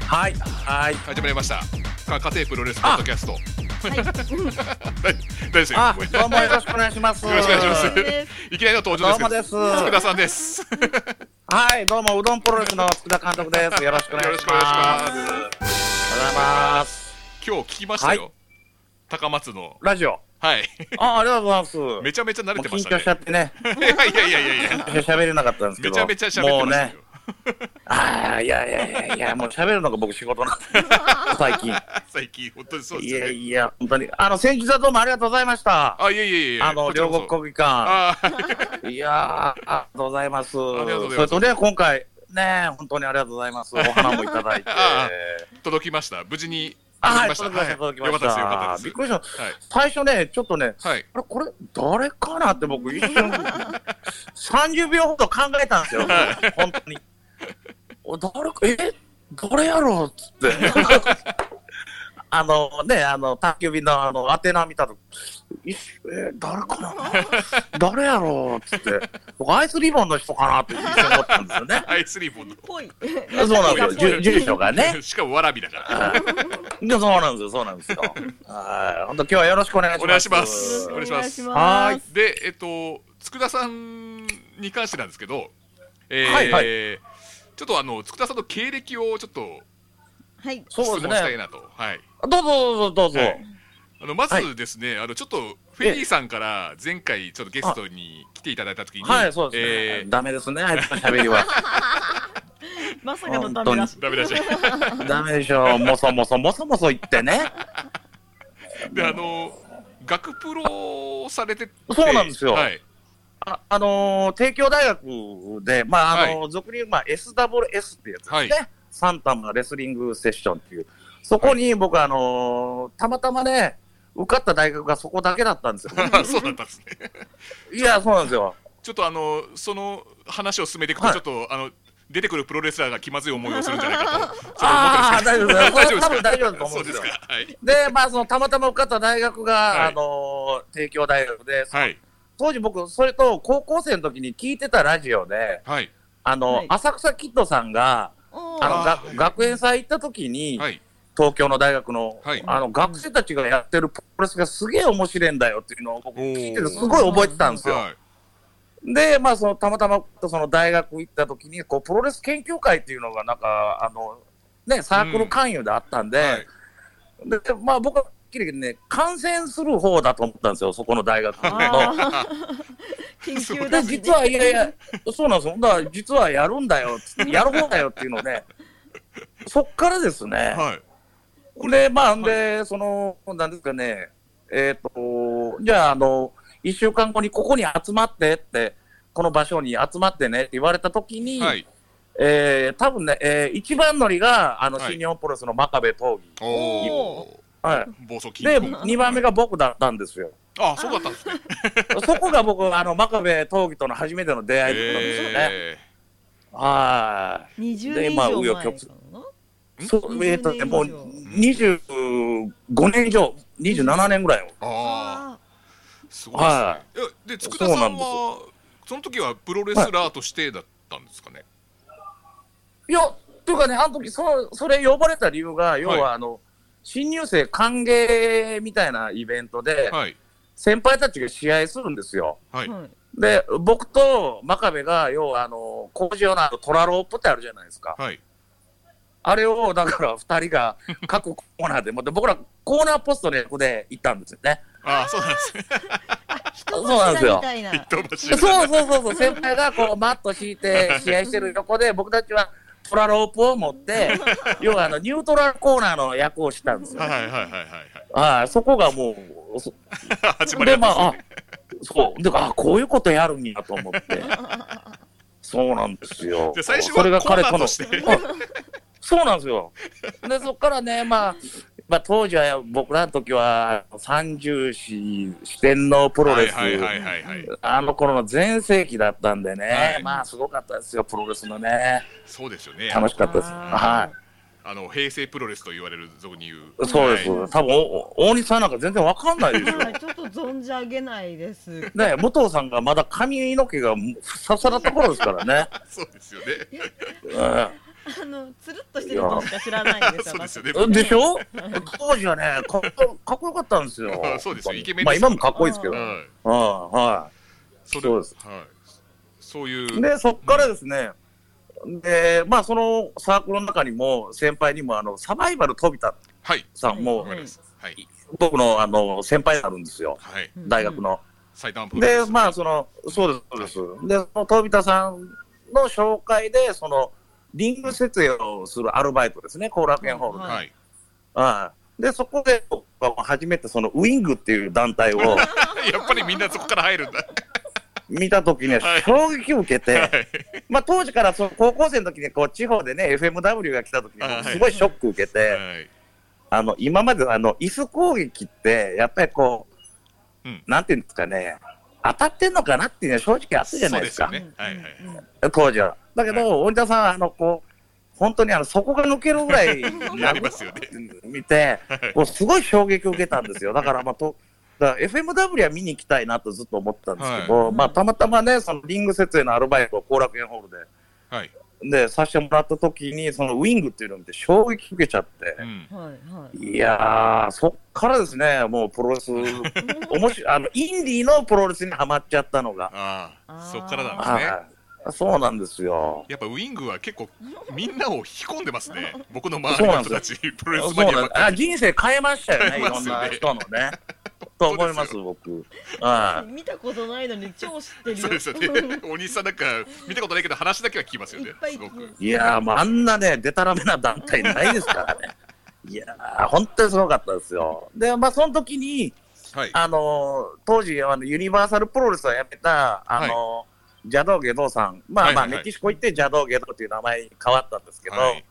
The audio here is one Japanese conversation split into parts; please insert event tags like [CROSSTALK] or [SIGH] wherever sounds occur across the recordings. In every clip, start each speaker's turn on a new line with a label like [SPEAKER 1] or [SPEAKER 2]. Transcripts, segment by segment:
[SPEAKER 1] はいはい
[SPEAKER 2] 始まりましたか家庭プロレスポッドキャスト大大丈夫ですよ
[SPEAKER 1] あ
[SPEAKER 2] ごめん
[SPEAKER 1] どうもよろしくお願いします
[SPEAKER 2] よろしくお願いします
[SPEAKER 3] そうです
[SPEAKER 2] いきなりの登
[SPEAKER 1] どう
[SPEAKER 2] 場
[SPEAKER 1] も
[SPEAKER 2] で
[SPEAKER 1] ですす
[SPEAKER 2] けど福田さんです
[SPEAKER 1] はいどうもうどんプロレスの福田監督ですよろしくお願いします
[SPEAKER 2] よろしくお願いします
[SPEAKER 1] おはようございます
[SPEAKER 2] 今日聞きましたよ、
[SPEAKER 1] は
[SPEAKER 2] 高松の
[SPEAKER 1] ラジオ
[SPEAKER 2] はい
[SPEAKER 1] [LAUGHS] あありがとうございます
[SPEAKER 2] めちゃめちゃ慣れてま
[SPEAKER 1] 緊
[SPEAKER 2] し
[SPEAKER 1] 張
[SPEAKER 2] たね
[SPEAKER 1] しちゃってね
[SPEAKER 2] いやいやいやいやいや
[SPEAKER 1] 喋れなかったんですけ
[SPEAKER 2] め
[SPEAKER 1] ど
[SPEAKER 2] ちゃめちゃ喋ってましたよ、
[SPEAKER 1] もうねああいやいやいやいやもう喋るのが僕仕事
[SPEAKER 2] [LAUGHS]
[SPEAKER 1] なんで最近
[SPEAKER 2] 最近本当に [LAUGHS] そうで
[SPEAKER 1] い
[SPEAKER 2] すよ
[SPEAKER 1] や
[SPEAKER 2] ね
[SPEAKER 1] いや本当にあの先日はどうもありがとうございました
[SPEAKER 2] あいやいやいやいや
[SPEAKER 1] あの
[SPEAKER 2] こちら
[SPEAKER 1] 両
[SPEAKER 2] こそ
[SPEAKER 1] 国国技館
[SPEAKER 2] あ [LAUGHS] ー
[SPEAKER 1] [LAUGHS] いやー、ありがとうございます。そ
[SPEAKER 2] りがとうございます
[SPEAKER 1] れとね、今回、ね、本当にありがとうございます。お花もいた
[SPEAKER 2] [LAUGHS]
[SPEAKER 1] だいて。
[SPEAKER 2] あ届きました無事に
[SPEAKER 1] あ、はい、
[SPEAKER 2] 届き
[SPEAKER 1] 届きまし
[SPEAKER 2] まし
[SPEAKER 1] たた、届き
[SPEAKER 2] はい
[SPEAKER 1] ま
[SPEAKER 2] よか
[SPEAKER 1] し
[SPEAKER 2] ったですよかった
[SPEAKER 1] た。
[SPEAKER 2] です
[SPEAKER 1] びっくりした。
[SPEAKER 2] はい
[SPEAKER 1] 最初ね、ちょっとね、
[SPEAKER 2] はい。
[SPEAKER 1] あれ、これ、誰かなって僕、一瞬、30秒ほど考えたんですよ。本当に。お誰か、え誰やろうっつって。あのね、あの、宅急便のあの、宛名見たと、一瞬え誰かな誰やろうっつって。僕、アイスリボンの人かなって一瞬思ったんですよね
[SPEAKER 2] [LAUGHS] アイスリボンの
[SPEAKER 3] ぽい。
[SPEAKER 1] [LAUGHS] そうなんですよ。住住所がね。
[SPEAKER 2] しかもわらびだから
[SPEAKER 1] でそうなんですよ、そうなんですよ。はい、本当今日はよろしくお願いします。
[SPEAKER 2] お願いします
[SPEAKER 3] お
[SPEAKER 2] お願
[SPEAKER 3] 願
[SPEAKER 2] い
[SPEAKER 3] い
[SPEAKER 2] し
[SPEAKER 3] し
[SPEAKER 2] ま
[SPEAKER 3] ますす。
[SPEAKER 1] はーい。
[SPEAKER 2] で、えっと、佃さんに関してなんですけど、えー
[SPEAKER 1] はいは
[SPEAKER 2] ちょっとあの佃さんの経歴をちょっと
[SPEAKER 3] はい。
[SPEAKER 2] 質
[SPEAKER 1] そう
[SPEAKER 2] 問
[SPEAKER 1] です
[SPEAKER 2] したい
[SPEAKER 1] ね。
[SPEAKER 2] なと、はい、
[SPEAKER 1] どうぞどうぞどうぞ。
[SPEAKER 2] はいあのま
[SPEAKER 1] は
[SPEAKER 2] ず
[SPEAKER 1] い
[SPEAKER 2] ですね、あのちょっとフェリーさんから前回ちょっとゲストに来ていただいたときに、
[SPEAKER 1] はい、そうですね。
[SPEAKER 2] えー
[SPEAKER 1] ダメですね、あいつの喋りは。
[SPEAKER 2] [LAUGHS]
[SPEAKER 3] まさかのダメだし。
[SPEAKER 2] ダメだし、 [LAUGHS]
[SPEAKER 1] ダメでしょう、もそもそもそもそ言ってね。
[SPEAKER 2] であの学プロをされてて、
[SPEAKER 1] そうなんですよ
[SPEAKER 2] はい、 [LAUGHS]
[SPEAKER 1] あ、あのー、帝京大学で、まあ、あのー俗に言う、まあ、SWS ってやつですね。
[SPEAKER 2] はい
[SPEAKER 1] サンタムレスリングセッションっていう。そこに僕、あのーたまたまね、受かった大学がそこだけだったんですよ。
[SPEAKER 2] [LAUGHS] そうだったんですね。
[SPEAKER 1] いや、そうなんですよ。
[SPEAKER 2] ちょっとあのその話を進めていくと、
[SPEAKER 1] はい
[SPEAKER 2] ちょっとあの出てくるプロレスラーが気まずい思いをするんじゃないかと、ちょっと
[SPEAKER 1] ああ、
[SPEAKER 2] 思って
[SPEAKER 1] 大丈夫
[SPEAKER 2] るん [LAUGHS]
[SPEAKER 1] で。
[SPEAKER 2] で
[SPEAKER 1] それ
[SPEAKER 2] すすけど
[SPEAKER 1] 多分大丈夫だと思
[SPEAKER 2] そううんで
[SPEAKER 1] ですすよ
[SPEAKER 2] か。。はい。
[SPEAKER 1] で、まあ、その、たまたま受かった大学が、
[SPEAKER 2] はい
[SPEAKER 1] あのー帝京大学で、
[SPEAKER 2] はい。
[SPEAKER 1] 当時僕、それと高校生の時に聞いてたラジオで、
[SPEAKER 2] はい。
[SPEAKER 1] あの、
[SPEAKER 3] はい
[SPEAKER 1] 浅草キッドさんが、
[SPEAKER 3] お
[SPEAKER 1] あ
[SPEAKER 3] ー
[SPEAKER 1] の、
[SPEAKER 2] あー
[SPEAKER 1] が学園祭行った時に、
[SPEAKER 2] はい。
[SPEAKER 1] 東京の大学の、
[SPEAKER 2] はい
[SPEAKER 1] あの、学生たちがやってるプロレスがすげえ面白いんだよっていうのを僕
[SPEAKER 2] おー
[SPEAKER 1] 聞いてて、すごい覚えてたんですよ。
[SPEAKER 2] はい。
[SPEAKER 1] で、まあ、その、たまたま、その大学行った時に、こう、プロレス研究会っていうのが、なんか、あの、ね、サークル勧誘であったんで、
[SPEAKER 2] はい
[SPEAKER 1] で、まあ僕は、きりね、感染する方だと思ったんですよ、そこの大学の。
[SPEAKER 3] あー緊急
[SPEAKER 1] で、
[SPEAKER 3] だ
[SPEAKER 1] [LAUGHS] 実はいやいや、そうなんですよ。だから、実はやるんだよ、つってやる方だよっていうの
[SPEAKER 2] [LAUGHS]
[SPEAKER 1] で、そっからですね。
[SPEAKER 2] はい。
[SPEAKER 1] で、まあ、で、その、なんですかね、えっ、と、じゃあ、あの、一週間後にここに集まってって、この場所に集まってねって言われたときに、
[SPEAKER 2] はい。
[SPEAKER 1] えー、多分ね、えー、一番乗りが、あの、
[SPEAKER 2] はい
[SPEAKER 1] 新日本プロレスの真壁闘技。
[SPEAKER 2] おお。
[SPEAKER 1] はい。
[SPEAKER 2] 暴走金
[SPEAKER 1] で、
[SPEAKER 2] 庫。
[SPEAKER 1] 2番目が僕だったんですよ。
[SPEAKER 2] あ、そうだったんですね。
[SPEAKER 1] そこが僕、あの、真壁闘技との初めての出会いだったんですよね。
[SPEAKER 2] え
[SPEAKER 1] は
[SPEAKER 3] 二十
[SPEAKER 1] で
[SPEAKER 3] 年以
[SPEAKER 1] まあ
[SPEAKER 3] 上前
[SPEAKER 1] 紆余曲
[SPEAKER 3] なのか
[SPEAKER 1] い。そう、えっとね、もう
[SPEAKER 3] 20
[SPEAKER 1] 25年以上、27年ぐらいを。
[SPEAKER 2] ー。ああ。
[SPEAKER 3] な。
[SPEAKER 2] すごいですね
[SPEAKER 1] は。
[SPEAKER 2] えで、佃さんは。その時はプロレスラーとしてだったんですかね。
[SPEAKER 1] いや、というかね、あの時、その、それ呼ばれた理由が、要
[SPEAKER 2] は
[SPEAKER 1] はあの、新入生歓迎みたいなイベントで、
[SPEAKER 2] はい。
[SPEAKER 1] 先輩たちが試合するんですよ。
[SPEAKER 2] はい。
[SPEAKER 3] はい。
[SPEAKER 1] で、僕と真壁が、要はあの、工場のあのトラロープってあるじゃないですか。
[SPEAKER 2] はい。
[SPEAKER 1] あれを、だから二人が各コーナーで、 [LAUGHS] もって僕らコーナーポストの役で行ったんですよね。
[SPEAKER 2] あー、そうなん
[SPEAKER 1] [LAUGHS]
[SPEAKER 2] ですね。
[SPEAKER 3] 人
[SPEAKER 1] そうなんですよ
[SPEAKER 3] みたいな。
[SPEAKER 2] 飛ばし
[SPEAKER 1] そうそうそうそう、先輩がこうマット敷いて試合してる横で、僕たちはトラロープを持って、要はあのニュートラルコーナーの役をしたん
[SPEAKER 2] [LAUGHS]
[SPEAKER 1] ですよ。
[SPEAKER 2] はいはいはいはいはい。
[SPEAKER 1] ああ、そこがもう、そ
[SPEAKER 2] 始まり
[SPEAKER 1] で、
[SPEAKER 2] だった
[SPEAKER 1] ま
[SPEAKER 2] んです
[SPEAKER 1] あ、あそう、で、あこういうことやるんやと思って。そうなんですよ。
[SPEAKER 2] じゃあ最初は
[SPEAKER 1] それが彼
[SPEAKER 2] コ
[SPEAKER 1] と
[SPEAKER 2] ーナーと
[SPEAKER 1] の。
[SPEAKER 2] して
[SPEAKER 1] うんそうなんですよ。で、そこからね、まあ、まあ、当時は僕らの時は、三十四四天王プロ
[SPEAKER 2] は
[SPEAKER 1] レ
[SPEAKER 2] い
[SPEAKER 1] ス、
[SPEAKER 2] はいはいはいはい。
[SPEAKER 1] あの頃の全盛期だったんでね、
[SPEAKER 2] はい
[SPEAKER 1] まあ、すごかったですよ、プロレスのね。
[SPEAKER 2] そうですよね。
[SPEAKER 1] 楽しかったです。
[SPEAKER 3] あ
[SPEAKER 1] は
[SPEAKER 2] あの平成プロレスと言われる俗に言う。
[SPEAKER 1] い。そうです。
[SPEAKER 2] はい [LAUGHS]
[SPEAKER 1] 多分、お大西さんなんか全然わかんないですよ
[SPEAKER 3] は。いちょっと存じ上げないです。
[SPEAKER 1] ね、武藤さんがま
[SPEAKER 2] [LAUGHS]
[SPEAKER 1] だ髪の毛がふさふさだった頃ですからね。
[SPEAKER 2] そうですよね。
[SPEAKER 1] うん
[SPEAKER 3] あのつるっとしてるのしか知らないんです
[SPEAKER 2] そう
[SPEAKER 3] よ。
[SPEAKER 2] ですよね。。
[SPEAKER 1] でしょ当時はね、かっこかっこよかったんですよ
[SPEAKER 2] そうですよイケメン
[SPEAKER 1] まあ
[SPEAKER 2] ですよ
[SPEAKER 1] 今もかっこいいですけど。
[SPEAKER 3] う
[SPEAKER 1] うんん、
[SPEAKER 2] はい。
[SPEAKER 1] は
[SPEAKER 2] それ
[SPEAKER 1] そうです。
[SPEAKER 2] はい。そういう。
[SPEAKER 1] い。で、そっからですね、で、まあそのサークルの中にも、先輩にも、あの、サバイバル飛田
[SPEAKER 2] はい。
[SPEAKER 1] さんも
[SPEAKER 2] わ、かります。はい。
[SPEAKER 1] 僕の、あの、先輩があるんですよ。
[SPEAKER 2] はい。
[SPEAKER 3] うん
[SPEAKER 1] 大学。の。
[SPEAKER 2] 最短プロ
[SPEAKER 1] で、まあ、
[SPEAKER 2] そ
[SPEAKER 1] その、そうです、そうです。で、その飛田さんの紹介で、その、リング設営をするアルバイトですね、後楽園ホールで。
[SPEAKER 2] はい。 [LAUGHS]
[SPEAKER 1] はい。で、そこで、僕は初めてその、ウィングっていう団体
[SPEAKER 2] [LAUGHS]
[SPEAKER 1] を
[SPEAKER 2] やっぱりみんなそこから入るんだ。
[SPEAKER 1] 見たときに
[SPEAKER 2] はい
[SPEAKER 1] 衝撃を受けて、
[SPEAKER 2] はい。
[SPEAKER 1] まあ当時からその高校生の時にこう地方でね、FMW が来た時に
[SPEAKER 2] はい
[SPEAKER 1] すごいショック受けて、
[SPEAKER 2] はい。
[SPEAKER 1] あの、今まであの、椅子攻撃って、やっぱりこう、
[SPEAKER 2] うん
[SPEAKER 1] なんていうんですかね、当たってんのかなっていうのは正直あったじゃないですか、
[SPEAKER 2] そうですよねはいはい
[SPEAKER 3] うんうん
[SPEAKER 1] 当時は。だけ
[SPEAKER 2] は
[SPEAKER 1] ど、大田さんはあの、こう、本当にあの、底が抜けるぐらい
[SPEAKER 2] [LAUGHS] なりますよね。
[SPEAKER 1] 見て、
[SPEAKER 2] はい。
[SPEAKER 1] こうすごい衝撃を受けたんですよ。だから、まあ、と、だから FMW は見に行きたいなとずっと思ってたんですけど、
[SPEAKER 3] はい
[SPEAKER 1] まあ、たまたまね、そのリング設営のアルバイトを後楽園ホール
[SPEAKER 2] はい。
[SPEAKER 1] で、で、させてもらった時に、そのウィングっていうのを見て衝撃受けちゃって
[SPEAKER 2] う、ん。
[SPEAKER 3] はいはい。
[SPEAKER 1] いやー、そっからですね、もうプロレ
[SPEAKER 2] [LAUGHS]
[SPEAKER 1] ス、面白い、あの、インディーのプロレスにはまっちゃったのが。
[SPEAKER 2] あ
[SPEAKER 3] あ
[SPEAKER 2] あ、
[SPEAKER 3] ー
[SPEAKER 2] そっからなんですね。
[SPEAKER 1] はい。そうなんですよ。
[SPEAKER 2] やっぱウィングは結構みんなを引き込んでますね。僕の周りの人たち、プロレ
[SPEAKER 1] そう
[SPEAKER 2] スマニア
[SPEAKER 1] なん
[SPEAKER 2] ばっ
[SPEAKER 1] あ
[SPEAKER 2] かり。
[SPEAKER 1] 人生変えましたよね、い
[SPEAKER 2] 変えま
[SPEAKER 1] ろん
[SPEAKER 2] すよね
[SPEAKER 1] な
[SPEAKER 2] [LAUGHS]
[SPEAKER 1] 人のね。と思います、僕。 [LAUGHS] はい。
[SPEAKER 3] 見たことないのに超知ってるよ。
[SPEAKER 2] そうですよね。お兄さんなんか見たことないけど話だけは聞きますよ
[SPEAKER 3] い
[SPEAKER 2] ね
[SPEAKER 3] っぱ。い
[SPEAKER 2] すご
[SPEAKER 3] 聞
[SPEAKER 2] く
[SPEAKER 3] く。
[SPEAKER 1] いやー、もうあんなね、でたらめな団体ないですからね。いやー、本当にすごかったですよ。で、まあ、その時に、
[SPEAKER 2] はい。
[SPEAKER 1] あのー当時、あの、ユニバーサルプロレスをやめた、あのー邪道ゲドウさん。まあ、
[SPEAKER 2] はいはいはい
[SPEAKER 1] まあ、メキシコ行って邪道ゲドウという名前に変わったんですけど、
[SPEAKER 2] はい。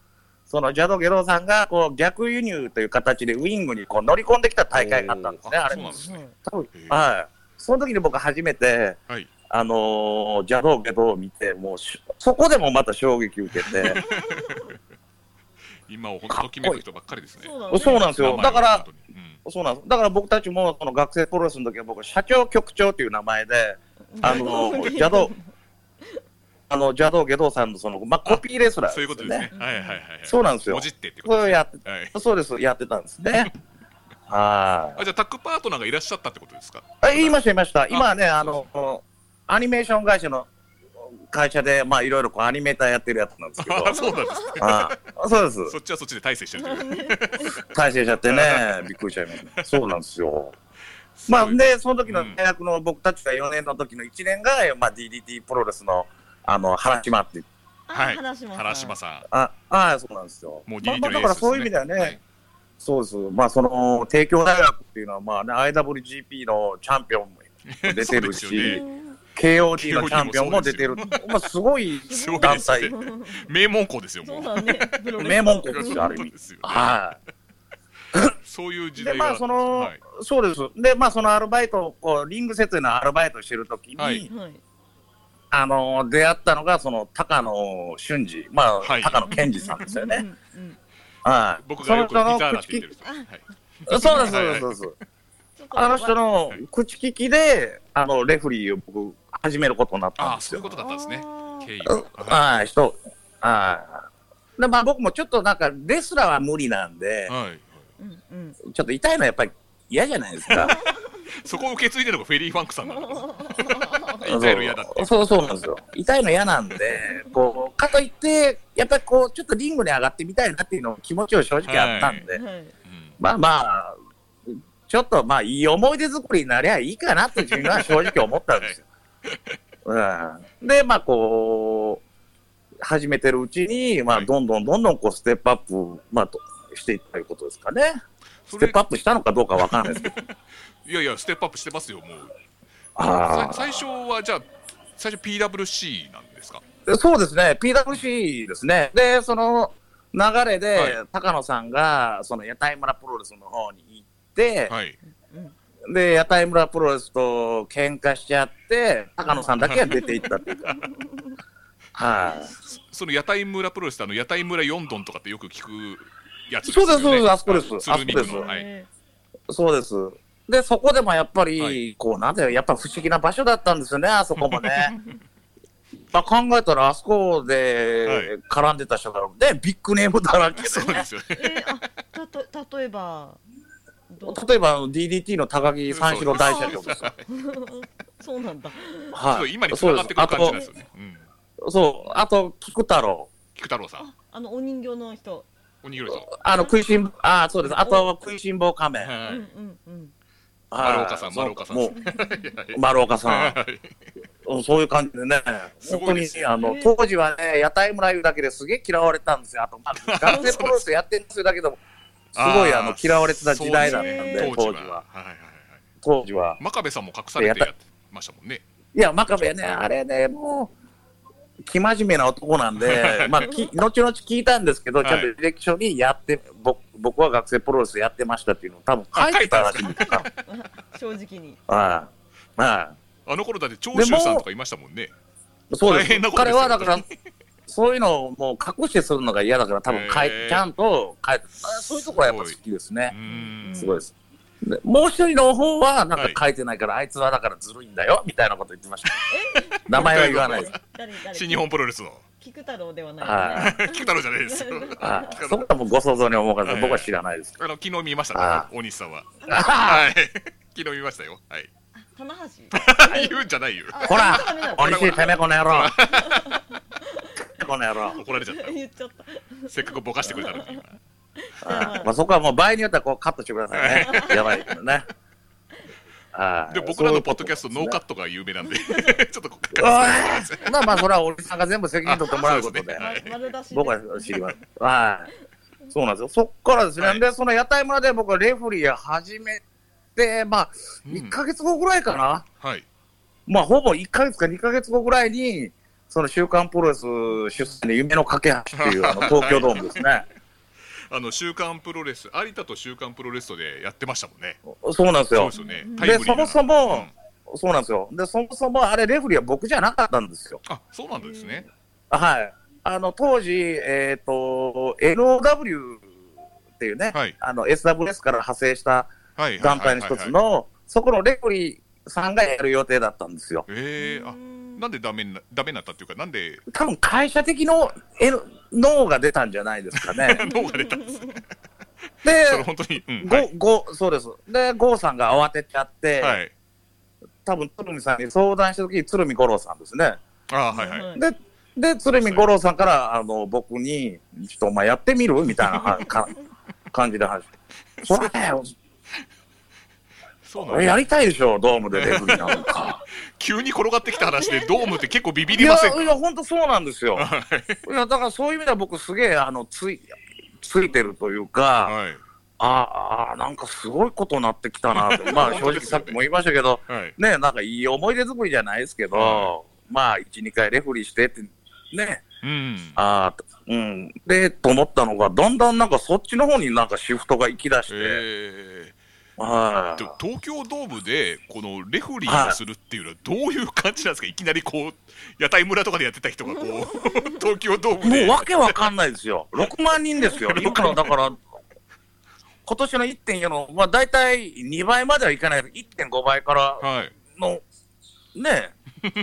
[SPEAKER 1] その邪道ゲドウさんが、こう、逆輸入という形でウィングにこう乗り込んできた大会があったんですね、
[SPEAKER 2] おー
[SPEAKER 1] あ
[SPEAKER 2] あ
[SPEAKER 1] れ
[SPEAKER 2] そうなんです
[SPEAKER 3] はい
[SPEAKER 1] 多分
[SPEAKER 2] へー
[SPEAKER 1] はい。その時に僕初めて、
[SPEAKER 2] はい
[SPEAKER 1] あのー、邪道ゲドウを見て、もうし、そこでもまた衝撃受けて、
[SPEAKER 2] [LAUGHS] 今を本当ときめく人ばっかりですね。
[SPEAKER 3] そうだね。
[SPEAKER 1] そうなんですよ。だから、
[SPEAKER 2] 名前は本当に、うん
[SPEAKER 1] そうなんです。だから僕たちも、その学生プロレスの時は僕、社長局長という名前で、あの、
[SPEAKER 2] [LAUGHS]
[SPEAKER 1] 邪道、あの、邪道下道さんのその、まあ、コピーレスラー
[SPEAKER 2] そういうことですね。
[SPEAKER 3] うん
[SPEAKER 2] はいはいはいはい。
[SPEAKER 1] そうなんですよ
[SPEAKER 2] もじってってこと
[SPEAKER 1] そう
[SPEAKER 2] です
[SPEAKER 1] やって、
[SPEAKER 2] ね。はい。
[SPEAKER 1] そうです、やってたんですね。は
[SPEAKER 2] あじゃあタッグパートナーがいらっしゃったってことですか。
[SPEAKER 1] い。あ言いました、言いました。今はね、
[SPEAKER 2] あ
[SPEAKER 1] あの、アニメーション会社の会社で、まあ、いろいろこうアニメーターやってるやつなんですけど
[SPEAKER 2] [LAUGHS] あ、そうなんですね。
[SPEAKER 1] はいそうです。
[SPEAKER 2] そっちはそっちで大
[SPEAKER 3] [LAUGHS]
[SPEAKER 2] 成してるという。
[SPEAKER 1] 大成しちゃってね、びっくりしちゃいました。そうなんですよ。 [LAUGHS] まあ、
[SPEAKER 2] すごい
[SPEAKER 1] で、その時の
[SPEAKER 2] うん
[SPEAKER 1] 大学の僕たちが4年の時の1年が、まあ、DDT プロレスの、あの、原島って、
[SPEAKER 2] は
[SPEAKER 3] はいい。話します。
[SPEAKER 2] 原島さ
[SPEAKER 1] あ、ああ、そうなんですよ。
[SPEAKER 2] ん、もう DDT のエ
[SPEAKER 1] まあ
[SPEAKER 2] ースです、ね
[SPEAKER 1] まあだからそういう意味ではね、
[SPEAKER 2] はい
[SPEAKER 1] そうです。まあ、その、帝京大学っていうのは、まあね、IWGP のチャンピオン
[SPEAKER 2] [LAUGHS]
[SPEAKER 1] も出てるし、
[SPEAKER 2] そうですよね
[SPEAKER 1] KOT のチャンピオンも出てる。まあ、すごい
[SPEAKER 2] すごいで
[SPEAKER 1] 団
[SPEAKER 2] すね
[SPEAKER 1] 体。
[SPEAKER 2] 名門校ですよ、
[SPEAKER 3] そ
[SPEAKER 2] も
[SPEAKER 3] う
[SPEAKER 2] う。
[SPEAKER 3] だね。プロレス
[SPEAKER 1] 名門校
[SPEAKER 2] そう
[SPEAKER 1] で
[SPEAKER 2] い
[SPEAKER 1] す
[SPEAKER 2] う
[SPEAKER 1] よ、ある意
[SPEAKER 2] こと
[SPEAKER 1] 味。
[SPEAKER 2] ですよね
[SPEAKER 1] はい。
[SPEAKER 2] [LAUGHS] そういう
[SPEAKER 1] で、
[SPEAKER 2] 時代が。
[SPEAKER 1] まあ、その、
[SPEAKER 2] はい
[SPEAKER 1] そうです。で、まあ、そのアルバイトを、こう、リング設営のアルバイトをしてるときに、
[SPEAKER 2] はい
[SPEAKER 3] はい。
[SPEAKER 1] あの、出会ったのが、その、高野俊二、まあ、
[SPEAKER 2] はい
[SPEAKER 1] 高野健二さんですよ
[SPEAKER 2] [LAUGHS]
[SPEAKER 1] ね。
[SPEAKER 3] うんうんうん。
[SPEAKER 1] はい。
[SPEAKER 2] 僕がよくギターなんて言
[SPEAKER 1] る。
[SPEAKER 2] ってる人。はい
[SPEAKER 1] そうです、そうです、そうです。
[SPEAKER 3] ちょっと
[SPEAKER 1] あの人の
[SPEAKER 2] はい
[SPEAKER 1] 口利きで、あの、レフェリーを僕、始めることになった
[SPEAKER 2] あ
[SPEAKER 1] ん
[SPEAKER 2] あ、
[SPEAKER 1] です
[SPEAKER 2] そういう
[SPEAKER 1] よ。
[SPEAKER 2] ことだったんですね。
[SPEAKER 3] あー
[SPEAKER 2] 経緯
[SPEAKER 1] うん
[SPEAKER 2] は。
[SPEAKER 1] はい、人、はい。で、まあ僕もちょっとなんか、レスラーは無理なんで、
[SPEAKER 2] はい。
[SPEAKER 3] うんうん。
[SPEAKER 1] ちょっと痛いのはやっぱり嫌じゃないですか。
[SPEAKER 2] そこを受け継いでるのがフェリーファンクさんなの。
[SPEAKER 1] そう
[SPEAKER 2] [LAUGHS] 痛いの嫌だって。
[SPEAKER 1] そうそうなんですよ。痛いの嫌なんで、こう、かといって、やっぱりこう、ちょっとリングに上がってみたいなっていうのも気持ちを正直あったんで、
[SPEAKER 3] はい。
[SPEAKER 2] うん
[SPEAKER 1] まあまあ、ちょっとまあ、いい思い出作りになりゃいいかなって自分は正直思ったんです
[SPEAKER 2] [LAUGHS]
[SPEAKER 1] よ。うん、で、まあこう、始めてるうちに、ま
[SPEAKER 2] は
[SPEAKER 1] あ、
[SPEAKER 2] い
[SPEAKER 1] どんどんどんどんこう、ステップアップ、まあ、としていったということですかね。
[SPEAKER 2] そ
[SPEAKER 1] ステ
[SPEAKER 2] れ
[SPEAKER 1] ップアップしたのかどうかわからないですけど。
[SPEAKER 2] いやいや、ステップアップしてますよ、もう。
[SPEAKER 1] あ
[SPEAKER 2] さ最初は、 [LAUGHS] じゃあ、最初 PWC なんですか。
[SPEAKER 1] あそうですね、PWC ですね。で、その流れで、
[SPEAKER 2] は
[SPEAKER 1] 高野さんが、その屋台村プロレスの方に行って、
[SPEAKER 2] はい。
[SPEAKER 1] で、屋台村プロレスと喧嘩しちゃって、高野さんだけは出ていったっていう
[SPEAKER 2] [LAUGHS]
[SPEAKER 1] か。はい、
[SPEAKER 2] その屋台村プロレスってあの屋台村四ドンとかってよく聞くやつ
[SPEAKER 1] そうですそうですあそこです
[SPEAKER 2] ツルニク
[SPEAKER 1] そ
[SPEAKER 2] の。
[SPEAKER 1] う
[SPEAKER 2] はい。
[SPEAKER 1] そうです。で、そこでもやっぱり、
[SPEAKER 2] はい [LAUGHS]
[SPEAKER 1] こう、なんだよ、やっぱ不思議な場所だったんですよね、あそこもね。まあ、考えたら、あそこ
[SPEAKER 2] は
[SPEAKER 1] で
[SPEAKER 2] い
[SPEAKER 1] 絡んでた人が、ね、ビッグネームだらけで、
[SPEAKER 2] そうですよね。
[SPEAKER 3] えー、あたと例えばど
[SPEAKER 1] [LAUGHS]
[SPEAKER 3] う
[SPEAKER 1] 例えば DDT の高木三四郎大社長ですよ。
[SPEAKER 3] そうなんだ。
[SPEAKER 2] すご
[SPEAKER 1] はいい。
[SPEAKER 2] [LAUGHS] 今に
[SPEAKER 1] そ
[SPEAKER 2] 繋
[SPEAKER 1] うで
[SPEAKER 2] がっ
[SPEAKER 1] す
[SPEAKER 2] て。く
[SPEAKER 1] あ
[SPEAKER 2] る感じなん
[SPEAKER 1] と
[SPEAKER 2] ですよね。うん。、
[SPEAKER 1] そう、あと、菊太郎。
[SPEAKER 2] 菊太郎さん
[SPEAKER 3] あ、あのお人形の人。
[SPEAKER 2] おにぎりさん、
[SPEAKER 1] あの、食いしん、あそうです。あとは食いしん坊仮面。はい。
[SPEAKER 2] は
[SPEAKER 3] う
[SPEAKER 2] い
[SPEAKER 3] んうんうん。
[SPEAKER 2] 丸岡さん丸岡さん
[SPEAKER 1] そうも
[SPEAKER 2] [LAUGHS]
[SPEAKER 1] う、丸岡さん。
[SPEAKER 2] はい
[SPEAKER 1] うんそういう感じでね、
[SPEAKER 2] す
[SPEAKER 1] 本
[SPEAKER 2] ご
[SPEAKER 1] 当
[SPEAKER 2] いで
[SPEAKER 1] に
[SPEAKER 2] すね
[SPEAKER 1] あの
[SPEAKER 3] へえ
[SPEAKER 1] 当時はね、屋台村いうだけですげえ嫌われたんですよ、あ
[SPEAKER 2] [LAUGHS]
[SPEAKER 1] と、まあ、学生プロレスやってるんですよだけども、すごいあの
[SPEAKER 2] ー
[SPEAKER 1] 嫌われてた時代だったん
[SPEAKER 2] そう
[SPEAKER 1] で
[SPEAKER 2] ね、
[SPEAKER 1] 当
[SPEAKER 2] 当
[SPEAKER 1] 時
[SPEAKER 2] 時
[SPEAKER 1] は
[SPEAKER 2] は。。はいはいはい
[SPEAKER 1] 当時は。
[SPEAKER 2] 真壁さんも隠されてやってましたもんね。
[SPEAKER 1] いや、真壁ね、あれね、もう、生真面目な男なん
[SPEAKER 2] [LAUGHS]
[SPEAKER 1] で、まあ、き後々聞いたんですけど、
[SPEAKER 2] はい
[SPEAKER 1] ちゃんと履歴書にやって、僕僕は学生プロレスやってましたっていうのを多分書いてたらしいんですよ。
[SPEAKER 3] 正直に。
[SPEAKER 1] はい。はい。
[SPEAKER 2] あの頃だって長州さんとかいましたもんね。
[SPEAKER 1] そうです
[SPEAKER 2] 大変なこと
[SPEAKER 1] 彼
[SPEAKER 2] ですよ
[SPEAKER 1] はだから、そういうのをもう隠してするのが嫌だから、多分かい
[SPEAKER 2] へー
[SPEAKER 1] ちゃんと書いて、あそういうところはやっぱ好きです
[SPEAKER 2] う
[SPEAKER 1] ね。
[SPEAKER 2] ーん。
[SPEAKER 1] すごいです。でもう一人の方は、なん
[SPEAKER 2] はい
[SPEAKER 1] か書いてないから、あいつはだからずるいんだよ、みたいなこと言ってました。名前は言わないです。
[SPEAKER 3] 誰誰。
[SPEAKER 2] 新日本プロレスの [LAUGHS]
[SPEAKER 3] 菊太郎ではない。
[SPEAKER 1] はい
[SPEAKER 2] 菊太郎じゃないですよ。
[SPEAKER 1] はい。そこはもうご想像に思うから、
[SPEAKER 2] はい
[SPEAKER 1] 僕は知らないです。
[SPEAKER 2] [LAUGHS] あの昨日見ました
[SPEAKER 1] あ
[SPEAKER 2] ね、大西さんは。はい。 [LAUGHS] 昨日見ましたよ。はい。
[SPEAKER 3] 棚橋。
[SPEAKER 2] 言うんじゃないよ。
[SPEAKER 3] あ
[SPEAKER 1] ほら
[SPEAKER 3] ダメだ、
[SPEAKER 1] おにし、てめえこの野郎。てめえこの野郎。
[SPEAKER 2] [LAUGHS] 怒られちゃったよ。
[SPEAKER 3] 言っちゃった。
[SPEAKER 2] せっかくぼかしてくれたのに。
[SPEAKER 1] はいまあ、そこはもう場合によってはこうカットしてくださいね。やばいね。はい
[SPEAKER 2] で僕らのポッドキャストノーカ
[SPEAKER 1] ト。
[SPEAKER 2] ットが有名なんで、ち [LAUGHS] ょっとここ
[SPEAKER 1] そういうことですねおいまあまあ、それは俺さんが全部責任取ってもらうこと
[SPEAKER 2] あそうで
[SPEAKER 1] で
[SPEAKER 2] すね。はい
[SPEAKER 3] ま丸出しで。
[SPEAKER 1] 僕は知りません。はい。そうなんですよ。そっからですね。
[SPEAKER 2] はい
[SPEAKER 1] で、その屋台村で僕はレフェリーを始めて、まあ、
[SPEAKER 2] うん
[SPEAKER 1] 1ヶ月後ぐらいかな。
[SPEAKER 2] はい。
[SPEAKER 1] まあ、ほぼ1ヶ月か2ヶ月後ぐらいに、その週刊プロレス出産で夢の架け橋って
[SPEAKER 2] [LAUGHS]
[SPEAKER 1] いうあの東京ドームですね。
[SPEAKER 2] あの週刊プロレス、有田と週刊プロレスとでやってましたもんね。
[SPEAKER 1] そうなんです
[SPEAKER 2] そう
[SPEAKER 1] よ
[SPEAKER 2] で。すよね。
[SPEAKER 3] で
[SPEAKER 2] タイムリ
[SPEAKER 1] そ
[SPEAKER 2] ーな
[SPEAKER 1] もそも
[SPEAKER 2] うん
[SPEAKER 1] そうなんですよ。で、そもそもあれレフェリーは僕じゃなかったんですよ。
[SPEAKER 2] あ、そうなんですね。
[SPEAKER 1] はい。あの、当時、えっ、と、NOW っていうね、
[SPEAKER 2] はい
[SPEAKER 1] あの、SWS から派生した
[SPEAKER 2] はい。
[SPEAKER 1] 団体の一つ。の、そこのレフェリーさんがやる予定だったんですよ。
[SPEAKER 2] ええ、あ、なんでダメな、ダメになったっていうか、なんで、
[SPEAKER 1] 多分会社的の N 脳が出たんじゃないですか
[SPEAKER 2] [LAUGHS]
[SPEAKER 1] ね。
[SPEAKER 2] 脳が出たんですね。
[SPEAKER 1] で
[SPEAKER 2] それ、本当に。うん。はい。
[SPEAKER 1] ゴゴそうです。で、ゴーさんが慌てちゃって、
[SPEAKER 2] はい。
[SPEAKER 1] 多分鶴見さんに相談した時に鶴見五郎さんですね。
[SPEAKER 2] ああ、はいはい。
[SPEAKER 1] で、で、鶴見五郎さんから、あの、僕に、ちょっとお前やってみるみたいなは
[SPEAKER 2] [LAUGHS]
[SPEAKER 1] か感じで話して。それ、
[SPEAKER 2] そうなん
[SPEAKER 1] 俺や
[SPEAKER 2] だ。
[SPEAKER 1] りたいでしょ、ドーム
[SPEAKER 2] [LAUGHS]
[SPEAKER 1] でレフリーなんか。
[SPEAKER 2] 急に転がってきた話で、ドームって結構ビビ
[SPEAKER 1] い
[SPEAKER 2] りま
[SPEAKER 1] や
[SPEAKER 2] せんか。、
[SPEAKER 1] いや、ほんとそうなんですよ。
[SPEAKER 2] はい
[SPEAKER 1] や、だからそういう意味では僕すげえ、あの、つい、ついてるというか、
[SPEAKER 2] はい。
[SPEAKER 1] ああ、なんかすごいことになってきたな
[SPEAKER 2] [LAUGHS]
[SPEAKER 1] と。まあ正直さっきも言いましたけど、
[SPEAKER 2] はい。
[SPEAKER 1] ね、なんかいい思い出作りじゃないですけど、まあ1、2回レフリーしてって、ね、
[SPEAKER 2] うん。
[SPEAKER 1] ああ、うん。で、と思ったのが、だんだんなんかそっちの方になんかシフトが行き出して、
[SPEAKER 2] ええ。
[SPEAKER 1] は
[SPEAKER 2] で
[SPEAKER 1] い
[SPEAKER 2] も東京ドームで、このレフリーをするっていうのは、どういう感じなんですか。いきなりこう、屋台村とかでやってた人が、こう、 [LAUGHS] 東京ドーム
[SPEAKER 1] もう
[SPEAKER 2] で。
[SPEAKER 1] わけわかんないですよ。6万人です
[SPEAKER 2] [LAUGHS]
[SPEAKER 1] よ。今のだから、今年の1.4の、まあ大体2倍まではいかないけど、1.5倍から
[SPEAKER 2] はい。
[SPEAKER 1] の、ね
[SPEAKER 3] う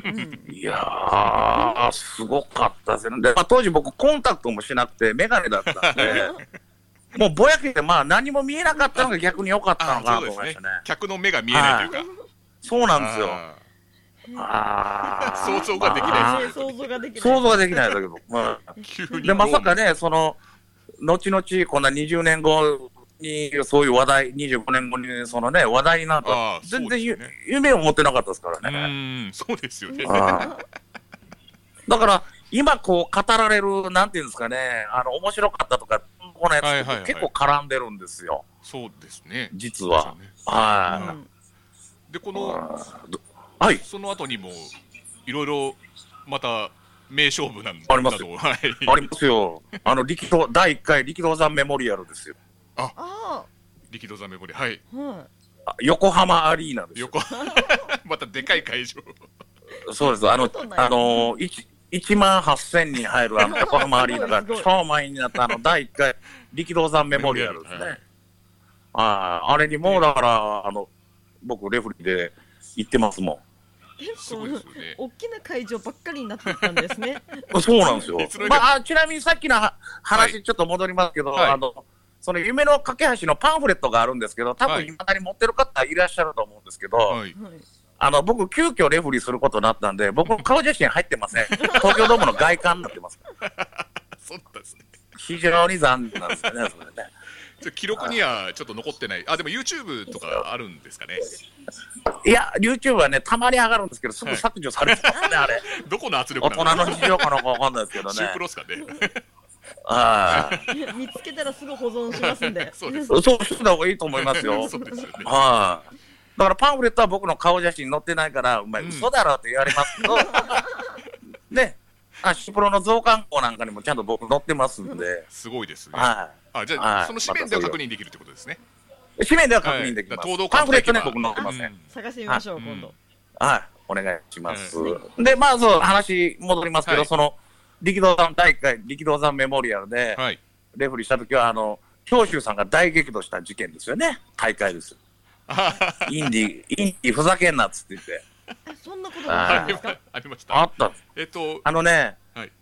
[SPEAKER 3] ん
[SPEAKER 1] いやー、すごかったですね。で、まあ、当時僕コンタクトもしなくて、メガネだったん
[SPEAKER 2] [LAUGHS]
[SPEAKER 1] で、もうぼやけて、まあ何も見えなかったのが逆に良かったの
[SPEAKER 2] ああ、
[SPEAKER 1] かな
[SPEAKER 2] そ
[SPEAKER 1] と
[SPEAKER 2] うで
[SPEAKER 1] 思い
[SPEAKER 2] す
[SPEAKER 1] まし
[SPEAKER 2] ね
[SPEAKER 1] たね。。
[SPEAKER 2] 客の目が見えないというか。
[SPEAKER 1] そうなんですよ。
[SPEAKER 2] あ
[SPEAKER 1] あー
[SPEAKER 2] 想像ができ
[SPEAKER 1] まあ
[SPEAKER 2] ない
[SPEAKER 3] ね想像ができない。
[SPEAKER 1] 想像ができないんだけど、まあ、
[SPEAKER 2] ー急に
[SPEAKER 1] でまさか
[SPEAKER 2] ね、
[SPEAKER 1] ね、その後々、こんな20年後にそういう話題、25年後にその、ね、話題になると
[SPEAKER 2] ああ、
[SPEAKER 1] 全然
[SPEAKER 2] そう
[SPEAKER 1] ゆ、
[SPEAKER 2] ですね
[SPEAKER 1] 夢を持ってなかったですか
[SPEAKER 2] う
[SPEAKER 1] らね。
[SPEAKER 2] ーん、そうですよね。
[SPEAKER 1] ああだから、今こう語られる、なんていうんですかね、あの面白かったとか、このやつ、
[SPEAKER 2] はいはいはい
[SPEAKER 1] 結構絡んでるんですよ、
[SPEAKER 2] そうですね。
[SPEAKER 1] 実は。
[SPEAKER 3] う
[SPEAKER 1] は
[SPEAKER 3] ん
[SPEAKER 2] で、こ
[SPEAKER 1] い。
[SPEAKER 2] の、
[SPEAKER 1] はい。
[SPEAKER 2] その後にも、いろいろ、また、名勝負なん
[SPEAKER 1] あります
[SPEAKER 2] だとはい。
[SPEAKER 1] ありますよ。あの、力道、第1回力道山メモリアルですよ。
[SPEAKER 3] あ
[SPEAKER 2] 力道山メモリーはい。
[SPEAKER 3] あ、は
[SPEAKER 1] あ横浜アリーナですよ。
[SPEAKER 2] 横、 [LAUGHS] またでかい会場。
[SPEAKER 1] そうです。あの
[SPEAKER 3] そうなん、や
[SPEAKER 1] あの、1、1万8000人入るあの横浜アリーナ
[SPEAKER 3] [LAUGHS]
[SPEAKER 1] が
[SPEAKER 3] すごいすご
[SPEAKER 1] 超満員になったあの第1回力道山メモリアルですね。
[SPEAKER 2] はい
[SPEAKER 1] あああれにもうだから、あの、僕レフリーで行ってますもん。
[SPEAKER 3] い。
[SPEAKER 2] すごいですよね。
[SPEAKER 3] 大きな会場ばっかりになっていったんですね。
[SPEAKER 1] そうなんですよ
[SPEAKER 2] いつの間に。か
[SPEAKER 1] まああ、ちなみにさっきのは
[SPEAKER 2] は
[SPEAKER 1] 話、ちょっと戻りますけど、
[SPEAKER 2] はい
[SPEAKER 1] あの、その夢の架け橋のパンフレットがあるんですけど、多
[SPEAKER 2] は
[SPEAKER 1] 分
[SPEAKER 2] い
[SPEAKER 1] いまだに持ってる方いらっしゃると思うんですけど、
[SPEAKER 2] はい。
[SPEAKER 3] はい
[SPEAKER 1] あの、僕、急遽レフェリーすることになったんで、僕の顔写真入ってま
[SPEAKER 2] [LAUGHS]
[SPEAKER 1] せん。東京ドームの外観になってます。
[SPEAKER 2] そうなんですね。
[SPEAKER 1] 非常に残念なんですよね、それね。
[SPEAKER 2] ちょ記録にはちょっと残ってない。あ、でも YouTube とかあるんですかね。
[SPEAKER 1] いや、YouTube はね、たまに上がるんですけど、すぐ削除されてますね、あ
[SPEAKER 2] [LAUGHS]
[SPEAKER 1] れ。
[SPEAKER 2] どこの圧力
[SPEAKER 1] 大
[SPEAKER 2] な
[SPEAKER 1] 人
[SPEAKER 2] の
[SPEAKER 1] の事情かのかわかんないですけどね
[SPEAKER 2] シュープ。ロっすかね。
[SPEAKER 1] はい。
[SPEAKER 3] 見つけたらすぐ保存しますんで。
[SPEAKER 2] そうです
[SPEAKER 1] そうした方がいいと思いますよ。
[SPEAKER 2] [LAUGHS] そうですよね。
[SPEAKER 1] はい。だからパンフレットは僕の顔写真載ってないから、お前
[SPEAKER 2] うん
[SPEAKER 1] 嘘だろって言われますけど、 [LAUGHS] ね、あ、シュプロの増刊号なんかにもちゃんと僕載ってますんで、
[SPEAKER 2] すごいですね。
[SPEAKER 1] は
[SPEAKER 2] あ、じゃ
[SPEAKER 1] は
[SPEAKER 2] あ
[SPEAKER 1] い
[SPEAKER 2] その紙面では確認できるってことですね。
[SPEAKER 1] い。紙面では確認できま
[SPEAKER 2] は
[SPEAKER 1] す。
[SPEAKER 2] いだから
[SPEAKER 1] パンフレットね、
[SPEAKER 2] 東
[SPEAKER 1] 僕載
[SPEAKER 2] 堂
[SPEAKER 1] っ
[SPEAKER 2] 館
[SPEAKER 1] て
[SPEAKER 2] と
[SPEAKER 1] ませ
[SPEAKER 2] か行
[SPEAKER 3] 探
[SPEAKER 1] ん。
[SPEAKER 2] けばうん
[SPEAKER 3] してみましょ
[SPEAKER 2] う
[SPEAKER 3] うん今度。
[SPEAKER 1] はい、お願いします。
[SPEAKER 2] う
[SPEAKER 1] で、まず話戻りますけど、
[SPEAKER 2] はい
[SPEAKER 1] その力道山大会、力道山メモリアルで、
[SPEAKER 2] はい。
[SPEAKER 1] レフェリーした時は、あの、長州さんが大激怒した事件ですよね、大会です。インディ、 [LAUGHS] インディふざけんなっつって言って。
[SPEAKER 3] えそんなことがあるん
[SPEAKER 2] あ
[SPEAKER 3] で
[SPEAKER 2] り
[SPEAKER 3] すか。
[SPEAKER 2] ありまし
[SPEAKER 1] あ
[SPEAKER 2] た。
[SPEAKER 1] ったんです
[SPEAKER 2] えっと、
[SPEAKER 1] あのね、
[SPEAKER 2] はい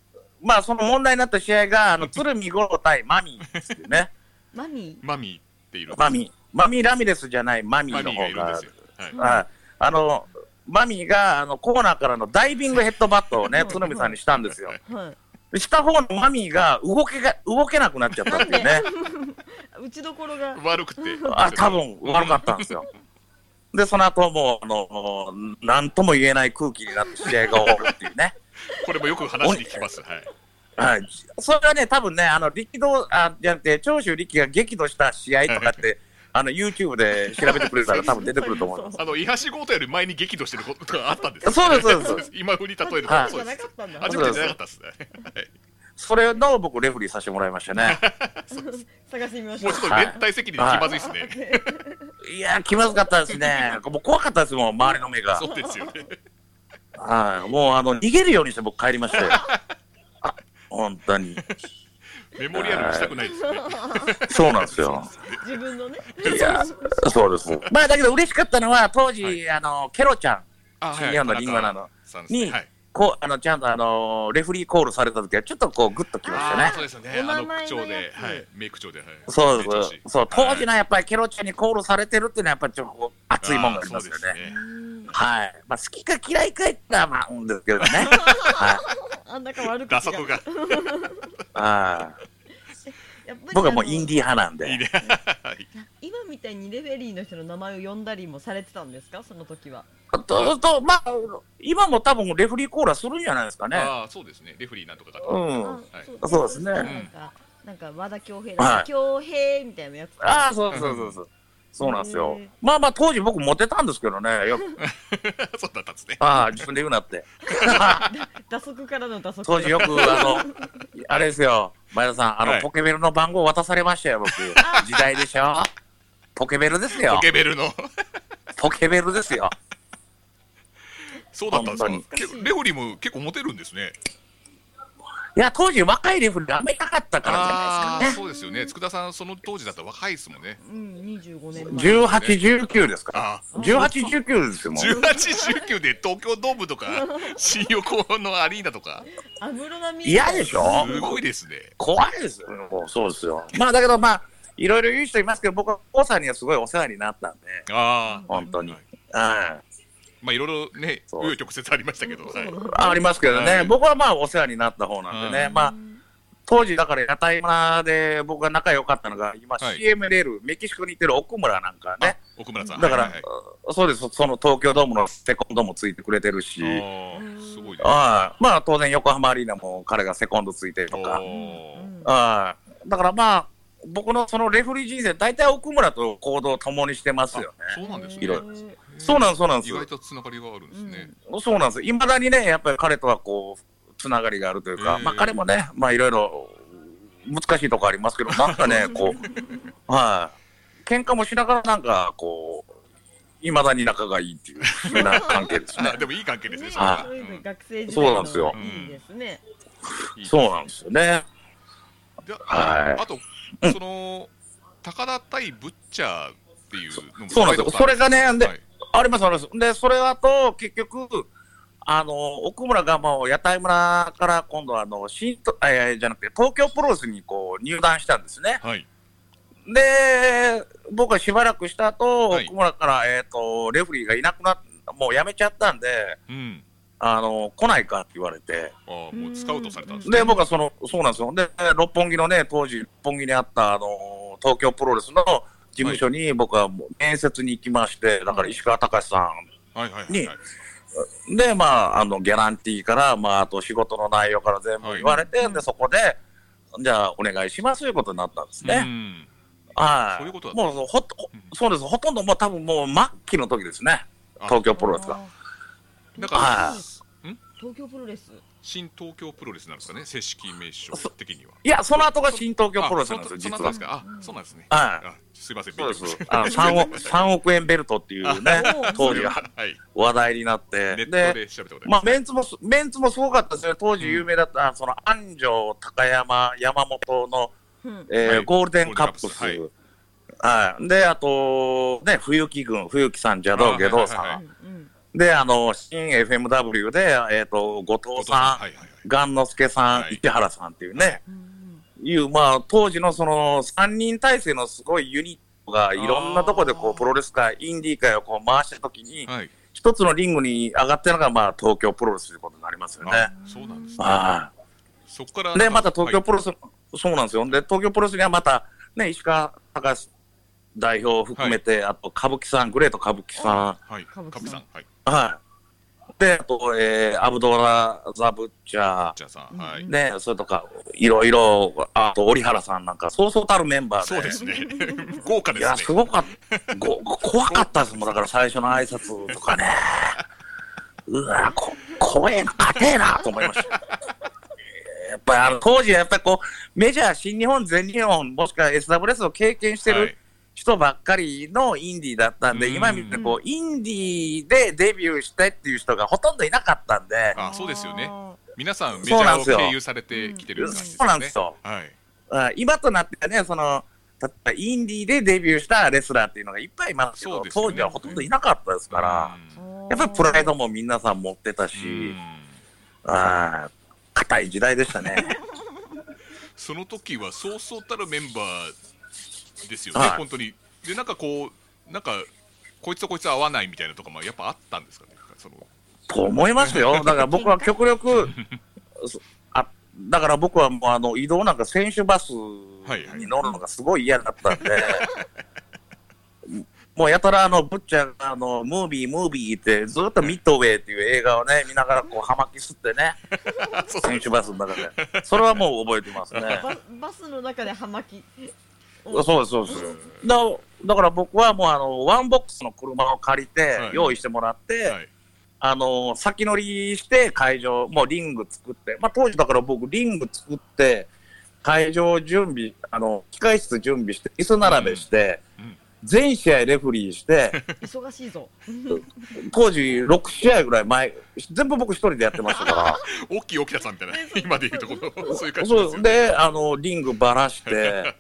[SPEAKER 1] まあその問題になった試合が、あの鶴見五郎対マミーですよ
[SPEAKER 2] [LAUGHS]
[SPEAKER 1] ね。
[SPEAKER 3] マミ
[SPEAKER 2] マミーっていうの。
[SPEAKER 1] マミー。マミー・ラミレスじゃないマミ
[SPEAKER 2] マ
[SPEAKER 1] ーの
[SPEAKER 2] ミーがい
[SPEAKER 1] 方
[SPEAKER 2] るんで
[SPEAKER 1] が
[SPEAKER 2] す。よ。はい。
[SPEAKER 1] はいあの、マミーがあのコーナーからのダイビングヘッドバットをね、鶴見さんにしたんですよ。
[SPEAKER 3] ー。はい。
[SPEAKER 1] した方のマミーが動けが動けなくなっちゃったっていう
[SPEAKER 2] [LAUGHS]
[SPEAKER 1] ね。
[SPEAKER 3] 打ちどころが。
[SPEAKER 2] 悪くて。
[SPEAKER 1] あ、多分悪かったんですよ。で、その後もう、あの、なんとも言えない空気になって試合が終わるっていう
[SPEAKER 2] [LAUGHS]
[SPEAKER 1] ね。
[SPEAKER 2] これもよく話に聞きます。はい。
[SPEAKER 1] はい、それはね、多分ね、あの力道あじゃなくて、長州力が激怒した試合とか
[SPEAKER 2] [LAUGHS]
[SPEAKER 1] って、あの YouTube で調べてくれたら、多分出てくると思います。
[SPEAKER 2] あの、伊橋豪太より前に激怒してることがあったんですよ
[SPEAKER 1] そうです、そうですそうです。
[SPEAKER 2] 今風に例えると、
[SPEAKER 1] はい
[SPEAKER 3] じ
[SPEAKER 2] そう
[SPEAKER 3] ゃ
[SPEAKER 2] で
[SPEAKER 3] な
[SPEAKER 2] す
[SPEAKER 3] か。ったんだ。
[SPEAKER 2] 初めてじゃなかったですね。はい
[SPEAKER 1] それの僕、レフェリーさせてもらいました
[SPEAKER 2] [LAUGHS]
[SPEAKER 1] ね。
[SPEAKER 3] 探してみまし
[SPEAKER 2] も
[SPEAKER 3] ょ
[SPEAKER 2] う
[SPEAKER 3] う
[SPEAKER 2] ちょ。っと連帯責任で気まずいですね。
[SPEAKER 1] いやー、気まずかったですね。もう怖かったですもん、周りの目が。
[SPEAKER 2] そうですよね。
[SPEAKER 1] はい、もうあの逃げるようにして僕、帰りまし
[SPEAKER 2] [LAUGHS]
[SPEAKER 1] たよ。あ本当に。
[SPEAKER 2] メモリアルにしたくないですね。
[SPEAKER 1] そうなんですよ。
[SPEAKER 3] 自分のね。
[SPEAKER 1] いやー、そうです。まあ、だけど嬉しかったのは、当時、
[SPEAKER 2] はい
[SPEAKER 1] あの、ケロちゃん。
[SPEAKER 2] あ
[SPEAKER 1] 新日本のリンゴなの
[SPEAKER 2] さんですね
[SPEAKER 1] に
[SPEAKER 2] はい。
[SPEAKER 1] こうあのちゃんとあのレフェリーコールされた時はちょっとこうグッときました
[SPEAKER 2] あ
[SPEAKER 1] ね
[SPEAKER 2] あ、。そうですよね。
[SPEAKER 3] お
[SPEAKER 2] あの
[SPEAKER 3] 名前
[SPEAKER 2] 口調
[SPEAKER 3] のや
[SPEAKER 2] で、
[SPEAKER 3] つ
[SPEAKER 2] はい。メイク調で、はい。
[SPEAKER 1] そう
[SPEAKER 2] 成
[SPEAKER 1] そ
[SPEAKER 2] 長
[SPEAKER 1] う
[SPEAKER 2] し
[SPEAKER 1] そう、当時
[SPEAKER 2] は
[SPEAKER 1] のやっぱりケロちゃんにコールされてるっていうのは、やっぱりちょっとこう熱いもんがありますよ
[SPEAKER 2] あーそう
[SPEAKER 1] ね。
[SPEAKER 2] です
[SPEAKER 3] うん
[SPEAKER 1] はい。まあ、好きか嫌いか言ったら、まあ、うんです
[SPEAKER 2] [LAUGHS]
[SPEAKER 1] けどね。はい。
[SPEAKER 3] あんなか悪口
[SPEAKER 2] 打足が。
[SPEAKER 1] あー
[SPEAKER 3] やっぱり
[SPEAKER 1] 僕はもうイン
[SPEAKER 3] デ
[SPEAKER 1] ディー派なんで。
[SPEAKER 2] いいね。はい
[SPEAKER 3] 今みたいにレフェリーの人の名前を呼んだりもされてたんですかその時は。
[SPEAKER 1] と、と、まあ、今も多分レフェリーコールはするんじゃないですかね。
[SPEAKER 2] ああ、そうですね。レフェリーなんとかが。
[SPEAKER 1] う
[SPEAKER 2] は
[SPEAKER 1] ん。
[SPEAKER 3] あ
[SPEAKER 2] はい
[SPEAKER 1] そうですね
[SPEAKER 3] なんかなんか和田恭平
[SPEAKER 1] は
[SPEAKER 3] だ
[SPEAKER 1] い
[SPEAKER 3] 恭平みたいなやつ。
[SPEAKER 1] ああ、そうそうそうそう。そうなんですよ
[SPEAKER 3] へー。
[SPEAKER 1] まあまあ、当時僕モテたんですけどね。よく
[SPEAKER 2] [LAUGHS] そうだったんですね。
[SPEAKER 1] あ
[SPEAKER 2] [LAUGHS]
[SPEAKER 1] あ、自分で言うなって。
[SPEAKER 3] 打足からの打足。
[SPEAKER 1] 当時よく、あの、あれですよ、前田さん、あの、
[SPEAKER 2] はい
[SPEAKER 1] ポケベルの番号渡されましたよ、
[SPEAKER 2] [LAUGHS]
[SPEAKER 1] 僕。時代でしょポケベルですよ
[SPEAKER 2] ポ。ケベルの。
[SPEAKER 1] ポケベルですよ。
[SPEAKER 2] そうだったん
[SPEAKER 1] 本
[SPEAKER 2] ですか。けレフェリーも結構モテるんですね。
[SPEAKER 1] いや、当時若いレフェリーあんまりなかったからじゃ
[SPEAKER 2] あ
[SPEAKER 1] ない
[SPEAKER 2] あ、
[SPEAKER 1] ですかね。
[SPEAKER 2] そうですよね。佃さん、その当時だったら若いですもんね。
[SPEAKER 3] うん二十五年前。
[SPEAKER 1] 18、19ですか
[SPEAKER 2] ああ。
[SPEAKER 1] ら。18、19ですよ、もう。
[SPEAKER 2] 18、19で東京ドームとか、新横のアリーナとか、
[SPEAKER 3] 安室奈美恵
[SPEAKER 1] 嫌でしょ
[SPEAKER 2] すごいですね。
[SPEAKER 1] 怖いですよ、もうそうですよ。まあ、だけどまあ、いろいろ言う人いますけど、僕はお父さんにはすごいお世話になったんで、
[SPEAKER 2] ああ、
[SPEAKER 1] 本当に。
[SPEAKER 2] は
[SPEAKER 1] う
[SPEAKER 2] い
[SPEAKER 1] ん。あ
[SPEAKER 2] まあいろいろね、
[SPEAKER 1] そう
[SPEAKER 2] 紆余曲折ありましたけど、はい
[SPEAKER 1] ありますけど
[SPEAKER 2] は
[SPEAKER 1] ね
[SPEAKER 2] い、
[SPEAKER 1] 僕はまあお世話になった方なんでね、まあ、当時だから屋台村で僕が仲良かったのが今
[SPEAKER 2] はい
[SPEAKER 1] CM レール、メキシコに行ってる奥村なんかね
[SPEAKER 2] 奥村さん。
[SPEAKER 1] だから、
[SPEAKER 2] はいはい
[SPEAKER 1] そうですその東京ドームのセコンドもついてくれてるし
[SPEAKER 2] はいあーすごいね。
[SPEAKER 1] ああまあ当然横浜アリーナも彼がセコンドついてるとか
[SPEAKER 2] おー
[SPEAKER 1] ああだからまあ僕のそのレフェリー人生大体奥村と行動を共にしてますよ
[SPEAKER 2] あ
[SPEAKER 1] ね
[SPEAKER 2] そうなんですね。
[SPEAKER 1] いろい
[SPEAKER 3] ろ。へ
[SPEAKER 1] そうなんですそうなんで
[SPEAKER 2] 意
[SPEAKER 1] す
[SPEAKER 2] 外とつながりがあるんですね。
[SPEAKER 1] そうなんですいまだにねやっぱり彼とはこうつながりがあるというか、
[SPEAKER 2] うん
[SPEAKER 1] まあ彼もねまあいろいろ難しいとこあります
[SPEAKER 2] [LAUGHS]
[SPEAKER 1] けどなんかねこうはい喧嘩もしながらなんかこういまだに仲がいいっていう不思議な関係ですね
[SPEAKER 2] [LAUGHS] あでもいい関係ですね。
[SPEAKER 3] ね
[SPEAKER 2] それは
[SPEAKER 1] あ
[SPEAKER 3] そういう
[SPEAKER 2] う
[SPEAKER 3] の
[SPEAKER 2] ん
[SPEAKER 3] 学生時代
[SPEAKER 1] そうなんですよ
[SPEAKER 3] のいいですね。
[SPEAKER 2] いい
[SPEAKER 1] そうなんですよね
[SPEAKER 2] で
[SPEAKER 1] はい
[SPEAKER 2] あと、その、高田対ブッチャーっていうのも
[SPEAKER 1] そうなんですよそれがねで
[SPEAKER 2] はい
[SPEAKER 1] あります、あります。で、それあと、結局、あの、奥村がまを屋台村から今度はあの、新と、えーじゃなくて、東京プロレスにこう、入団したんですね。
[SPEAKER 2] はい。
[SPEAKER 1] で、僕はしばらくした後、
[SPEAKER 2] はい
[SPEAKER 1] 奥村から、えっ、と、レフェリーがいなくなっもう辞めちゃったんで、
[SPEAKER 2] うん。
[SPEAKER 1] あの、来ないかって言われて、
[SPEAKER 2] ああ、もうスカウトされたんですね。
[SPEAKER 1] で、僕はその、そうなんですよ。で、六本木のね、当時、六本木にあった、あの、東京プロレスの事務所に僕はもう面接に行きまして、だから石川隆さん、
[SPEAKER 2] はいはいはい
[SPEAKER 1] に
[SPEAKER 2] はい。
[SPEAKER 1] で、まあ、あの、ギャランティーから、まあ、あと仕事の内容から全部言われて、
[SPEAKER 3] はい
[SPEAKER 1] で、そこで、じゃあ、お願いしますということになったんです
[SPEAKER 2] う
[SPEAKER 1] ね。
[SPEAKER 2] ん。
[SPEAKER 1] はい。
[SPEAKER 2] そういうことだった
[SPEAKER 1] もうそうほと、ほ
[SPEAKER 2] うん
[SPEAKER 1] そうです。ほとんどもう多分もう末期の時ですね。
[SPEAKER 2] あ
[SPEAKER 1] 東京プロレスが。
[SPEAKER 2] だか
[SPEAKER 1] は
[SPEAKER 2] ら
[SPEAKER 1] い、
[SPEAKER 3] 東京プロレス。
[SPEAKER 2] 新東京プロレスなんですかね、正式名称的には。
[SPEAKER 1] いや、その後が新東京プロレスなんですよ、
[SPEAKER 2] あその
[SPEAKER 1] 実
[SPEAKER 2] その後
[SPEAKER 1] は
[SPEAKER 2] です。か。あ、そうなんですね。
[SPEAKER 1] はい
[SPEAKER 2] あ、すいません。
[SPEAKER 1] そうです
[SPEAKER 2] 勉強不足。
[SPEAKER 1] あの3億、
[SPEAKER 2] [LAUGHS]
[SPEAKER 1] 三億円ベルトっていうね
[SPEAKER 3] あおー、
[SPEAKER 1] 当時は
[SPEAKER 2] はい。
[SPEAKER 1] 話題になって。
[SPEAKER 2] ネットで調べたこと
[SPEAKER 1] まあ、
[SPEAKER 2] あり
[SPEAKER 1] メンツもす、メンツもすごかったですね。当時有名だった、その、安城、高山、山本の、
[SPEAKER 3] うん。
[SPEAKER 1] えー
[SPEAKER 2] はい
[SPEAKER 1] ゴールデンカップス。
[SPEAKER 2] ゴー
[SPEAKER 1] は
[SPEAKER 2] ルデン
[SPEAKER 1] い。で、あと、ね、冬木軍、冬木さん、邪道下道さん、
[SPEAKER 2] あはいはいは
[SPEAKER 3] うん
[SPEAKER 1] で、あの、新 FMW で、えっ、と、後
[SPEAKER 2] ます
[SPEAKER 1] 藤さん、
[SPEAKER 2] はいはいはい。
[SPEAKER 1] 雁之助さん、
[SPEAKER 2] はい
[SPEAKER 1] 市原さんっていうね、
[SPEAKER 3] うんうん
[SPEAKER 1] いう、まあ、当時のその、3人体制のすごいユニットが、いろんなとこでこ
[SPEAKER 2] あー
[SPEAKER 1] う、プロレス界、インディー界をこう回したときに、
[SPEAKER 2] はい。
[SPEAKER 1] 一つのリングに上がってるのが、まあ、東京プロレスということになりますよね。
[SPEAKER 2] あ、そうなんですね。
[SPEAKER 1] はい。
[SPEAKER 2] そこから。
[SPEAKER 1] で、また東京
[SPEAKER 2] はい
[SPEAKER 1] プロレス、そうなんですよ。で、東京プロレスにはまた、ね、石川隆代表を含めて、あと歌舞伎さん、グレート歌舞伎さ
[SPEAKER 2] はい。
[SPEAKER 3] 歌舞伎さん
[SPEAKER 2] 歌舞伎さん。はい。
[SPEAKER 1] ん、はい。で、あと、えー、アブドラ・ザ・ブッチャ
[SPEAKER 2] じゃあさん。はい
[SPEAKER 3] うん
[SPEAKER 1] ー、。ね、それとか、いろいろ、あと、折原さんなんか、そうそうたるメンバーで。
[SPEAKER 2] そ
[SPEAKER 3] [LAUGHS]
[SPEAKER 2] うですね。豪華
[SPEAKER 1] い
[SPEAKER 2] で
[SPEAKER 1] や、
[SPEAKER 2] す
[SPEAKER 1] す
[SPEAKER 2] ね。
[SPEAKER 1] ごかった。ご、怖かったですもん。だから最初の挨拶とか
[SPEAKER 2] [LAUGHS]
[SPEAKER 1] ね。うわ、こ、怖えな、硬えな、と思いました。やっぱりあの当時はやっぱりこう、メジャー、新日本、全日本、もしくは SWS を経験して
[SPEAKER 2] はい
[SPEAKER 1] る人ばっかりのインディーだったんで、
[SPEAKER 2] うん
[SPEAKER 1] 今みたいにこう、インディーでデビューしてっていう人がほとんどいなかったんで、
[SPEAKER 2] あ、そうですよね。
[SPEAKER 3] あ
[SPEAKER 2] 皆さんメジ
[SPEAKER 1] そうなん
[SPEAKER 2] ャー
[SPEAKER 1] で
[SPEAKER 2] を
[SPEAKER 1] すよ
[SPEAKER 2] 経由されてきてる感じですね。
[SPEAKER 1] そうなんですよ
[SPEAKER 2] はい。
[SPEAKER 1] あ今となってはね、その、例えばインディーでデビューしたレスラーっていうのがいっぱいいますけ
[SPEAKER 2] そ
[SPEAKER 1] ど、
[SPEAKER 2] うですよね
[SPEAKER 1] 当時はほとんどいなかったですから、
[SPEAKER 2] うん
[SPEAKER 1] やっぱりプライドも皆さん持ってたし、
[SPEAKER 2] うん
[SPEAKER 1] ああ、硬い時代でしたね。
[SPEAKER 2] その時はそうそうたるメンバーですよね、
[SPEAKER 1] はい
[SPEAKER 2] 本当に。で、なんかこう、なんか、こいつとこいつ合わないみたいなとかもやっぱあったんですかね、その
[SPEAKER 1] と思います
[SPEAKER 2] [LAUGHS]
[SPEAKER 1] よ。だから僕は極力、そあだから僕はもうあの移動なんか選手バス
[SPEAKER 2] はいはい
[SPEAKER 1] に乗るのがすごい嫌だったんで、 [LAUGHS] もうやたらあの、ブッチャーがあの、ムービー、ムービーってずっとミッドウェイっていう映画をね、見ながらこう、葉巻吸ってね、
[SPEAKER 2] あ [LAUGHS] そう
[SPEAKER 1] 選手バスの中で。それはもう覚えてますね
[SPEAKER 2] [LAUGHS]
[SPEAKER 3] ー。ババスの中で葉巻。
[SPEAKER 1] そうです、そうです。だだから僕はもうあの、ワンボックスの車を借りて
[SPEAKER 2] はい、
[SPEAKER 1] 用意してもらって、
[SPEAKER 2] はい、
[SPEAKER 1] あの、先乗りして会場、もうリング作って、まあ当時だから僕リング作って、会場準備、あの、機械室準備して、椅子並べして、
[SPEAKER 2] うんうん
[SPEAKER 1] 全試合レフェリー
[SPEAKER 2] [LAUGHS]
[SPEAKER 1] して、
[SPEAKER 3] 忙しいぞ。
[SPEAKER 1] 当時6試合ぐらい前、全部僕一人でやってました
[SPEAKER 2] [LAUGHS]
[SPEAKER 1] か
[SPEAKER 2] 大きい大きなさんみたい [LAUGHS] な、今でいうところ、そういう感
[SPEAKER 1] ら、
[SPEAKER 2] じです
[SPEAKER 1] そ
[SPEAKER 2] よ
[SPEAKER 1] う
[SPEAKER 2] ね。
[SPEAKER 1] で、あの、リングばらして、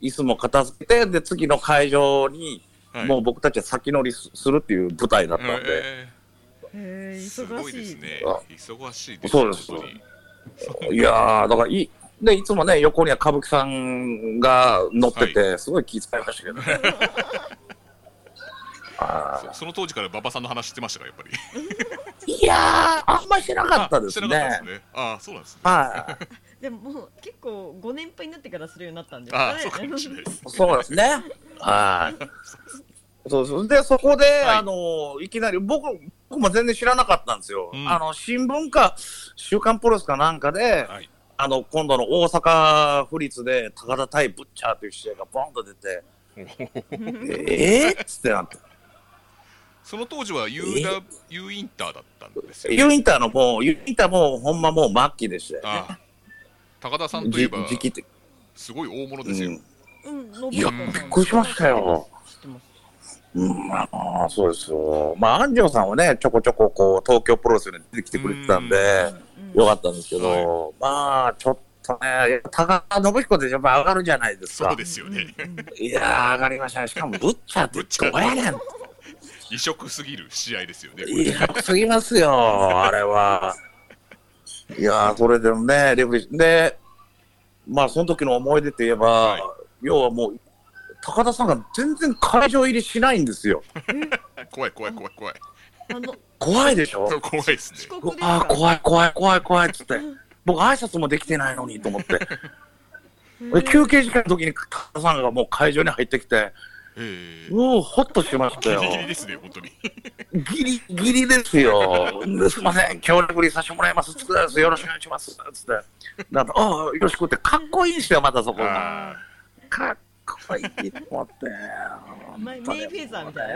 [SPEAKER 1] 椅子も片付けて、で、次の会場に、
[SPEAKER 2] はい
[SPEAKER 1] もう僕たちは先乗りすするっていう舞台だったんで、
[SPEAKER 2] え
[SPEAKER 3] へ
[SPEAKER 2] ー
[SPEAKER 3] ー
[SPEAKER 2] すご
[SPEAKER 3] 忙
[SPEAKER 2] いです
[SPEAKER 3] しい。
[SPEAKER 2] ね。
[SPEAKER 1] あ
[SPEAKER 2] 忙しいです。
[SPEAKER 1] そうです
[SPEAKER 2] 本当に
[SPEAKER 1] いやー、だからいい、で、いつもね、横には歌舞伎さんが乗ってて、すごい気遣いましたけどね。あ
[SPEAKER 2] そその当時から馬場さんの話してましたか、やっぱり。
[SPEAKER 1] ーいやー、あんましなかったです
[SPEAKER 2] あしてなかった
[SPEAKER 1] ね
[SPEAKER 2] で。すね。ああ、そうなんですね。
[SPEAKER 1] は
[SPEAKER 3] でももう結構ご年配になってからするようになったんです
[SPEAKER 2] あ
[SPEAKER 3] か
[SPEAKER 2] あ、
[SPEAKER 3] ね。
[SPEAKER 2] そうかもしれないです。
[SPEAKER 1] い、そうですね。はい。そうそうで、そこで、あの、いきなり、僕、僕も全然知らなかったんですよ。
[SPEAKER 2] うん
[SPEAKER 1] あの、新聞か、週刊プロレスかなんかで、
[SPEAKER 2] はい。
[SPEAKER 1] あの、今度の大阪府立で、高田対ブッチャーという試合がボンと出て、えー、っつってなって。
[SPEAKER 2] その当時は U ダ U インターだったんですよ。
[SPEAKER 1] ユーインターのもう、ユーインターもうほんまもう末期でしたよ。
[SPEAKER 2] ああ高田さんといえ
[SPEAKER 1] じ
[SPEAKER 2] ば、
[SPEAKER 1] 時期的。
[SPEAKER 2] すごい大物
[SPEAKER 1] う
[SPEAKER 2] ですよ。
[SPEAKER 1] ん。
[SPEAKER 3] うん、信
[SPEAKER 1] いや、
[SPEAKER 3] 子
[SPEAKER 1] び
[SPEAKER 3] さん
[SPEAKER 1] っくりしましたよ。
[SPEAKER 3] 知ってます。
[SPEAKER 1] うん、ああ、そうですよ。まあ、安城さんはね、ちょこちょここう、東京プロレスに出てきてくれてたんで、
[SPEAKER 3] うん
[SPEAKER 1] よかったんですけど、まあ、ちょっとね、高田信彦でやっぱ上がるじゃないです
[SPEAKER 2] そう
[SPEAKER 1] か。
[SPEAKER 2] ですよね。
[SPEAKER 3] うんうん
[SPEAKER 1] いやー、上がりましたね。しかも、ブッチャーってどうやねん。
[SPEAKER 2] 異色すぎる試合ですよね。これ
[SPEAKER 1] いや、すぎますよ、あれは。いやー、それでもね、レフェリー。で、まあ、その時の思い出といえば、
[SPEAKER 2] はい
[SPEAKER 1] 要はもう、高田さんが全然会場入りしないんですよ。
[SPEAKER 2] 怖い怖い怖い怖い。
[SPEAKER 3] あの
[SPEAKER 1] 怖いでしょ
[SPEAKER 2] 怖いですね
[SPEAKER 3] 遅。刻です
[SPEAKER 1] ああ
[SPEAKER 3] か
[SPEAKER 1] ー、怖い、怖い、怖い、怖いっつって。僕、挨拶もできてないのにと思って。で
[SPEAKER 3] へ
[SPEAKER 1] 休憩時間の時に高田さんがもう会場に入ってきて、
[SPEAKER 2] ええ
[SPEAKER 1] うおー、ほっとしましたよ
[SPEAKER 2] ギ。リギリですね本当に。
[SPEAKER 1] ギリギリですよ。ですいません、協力にさせてもらいます。つってよろしくお願いします。つって。なんかああ、よろしくって、かっこいいんですよ、またそこが。
[SPEAKER 2] あ
[SPEAKER 1] かっこいいと思って。
[SPEAKER 3] ーメイメイフェザーみたい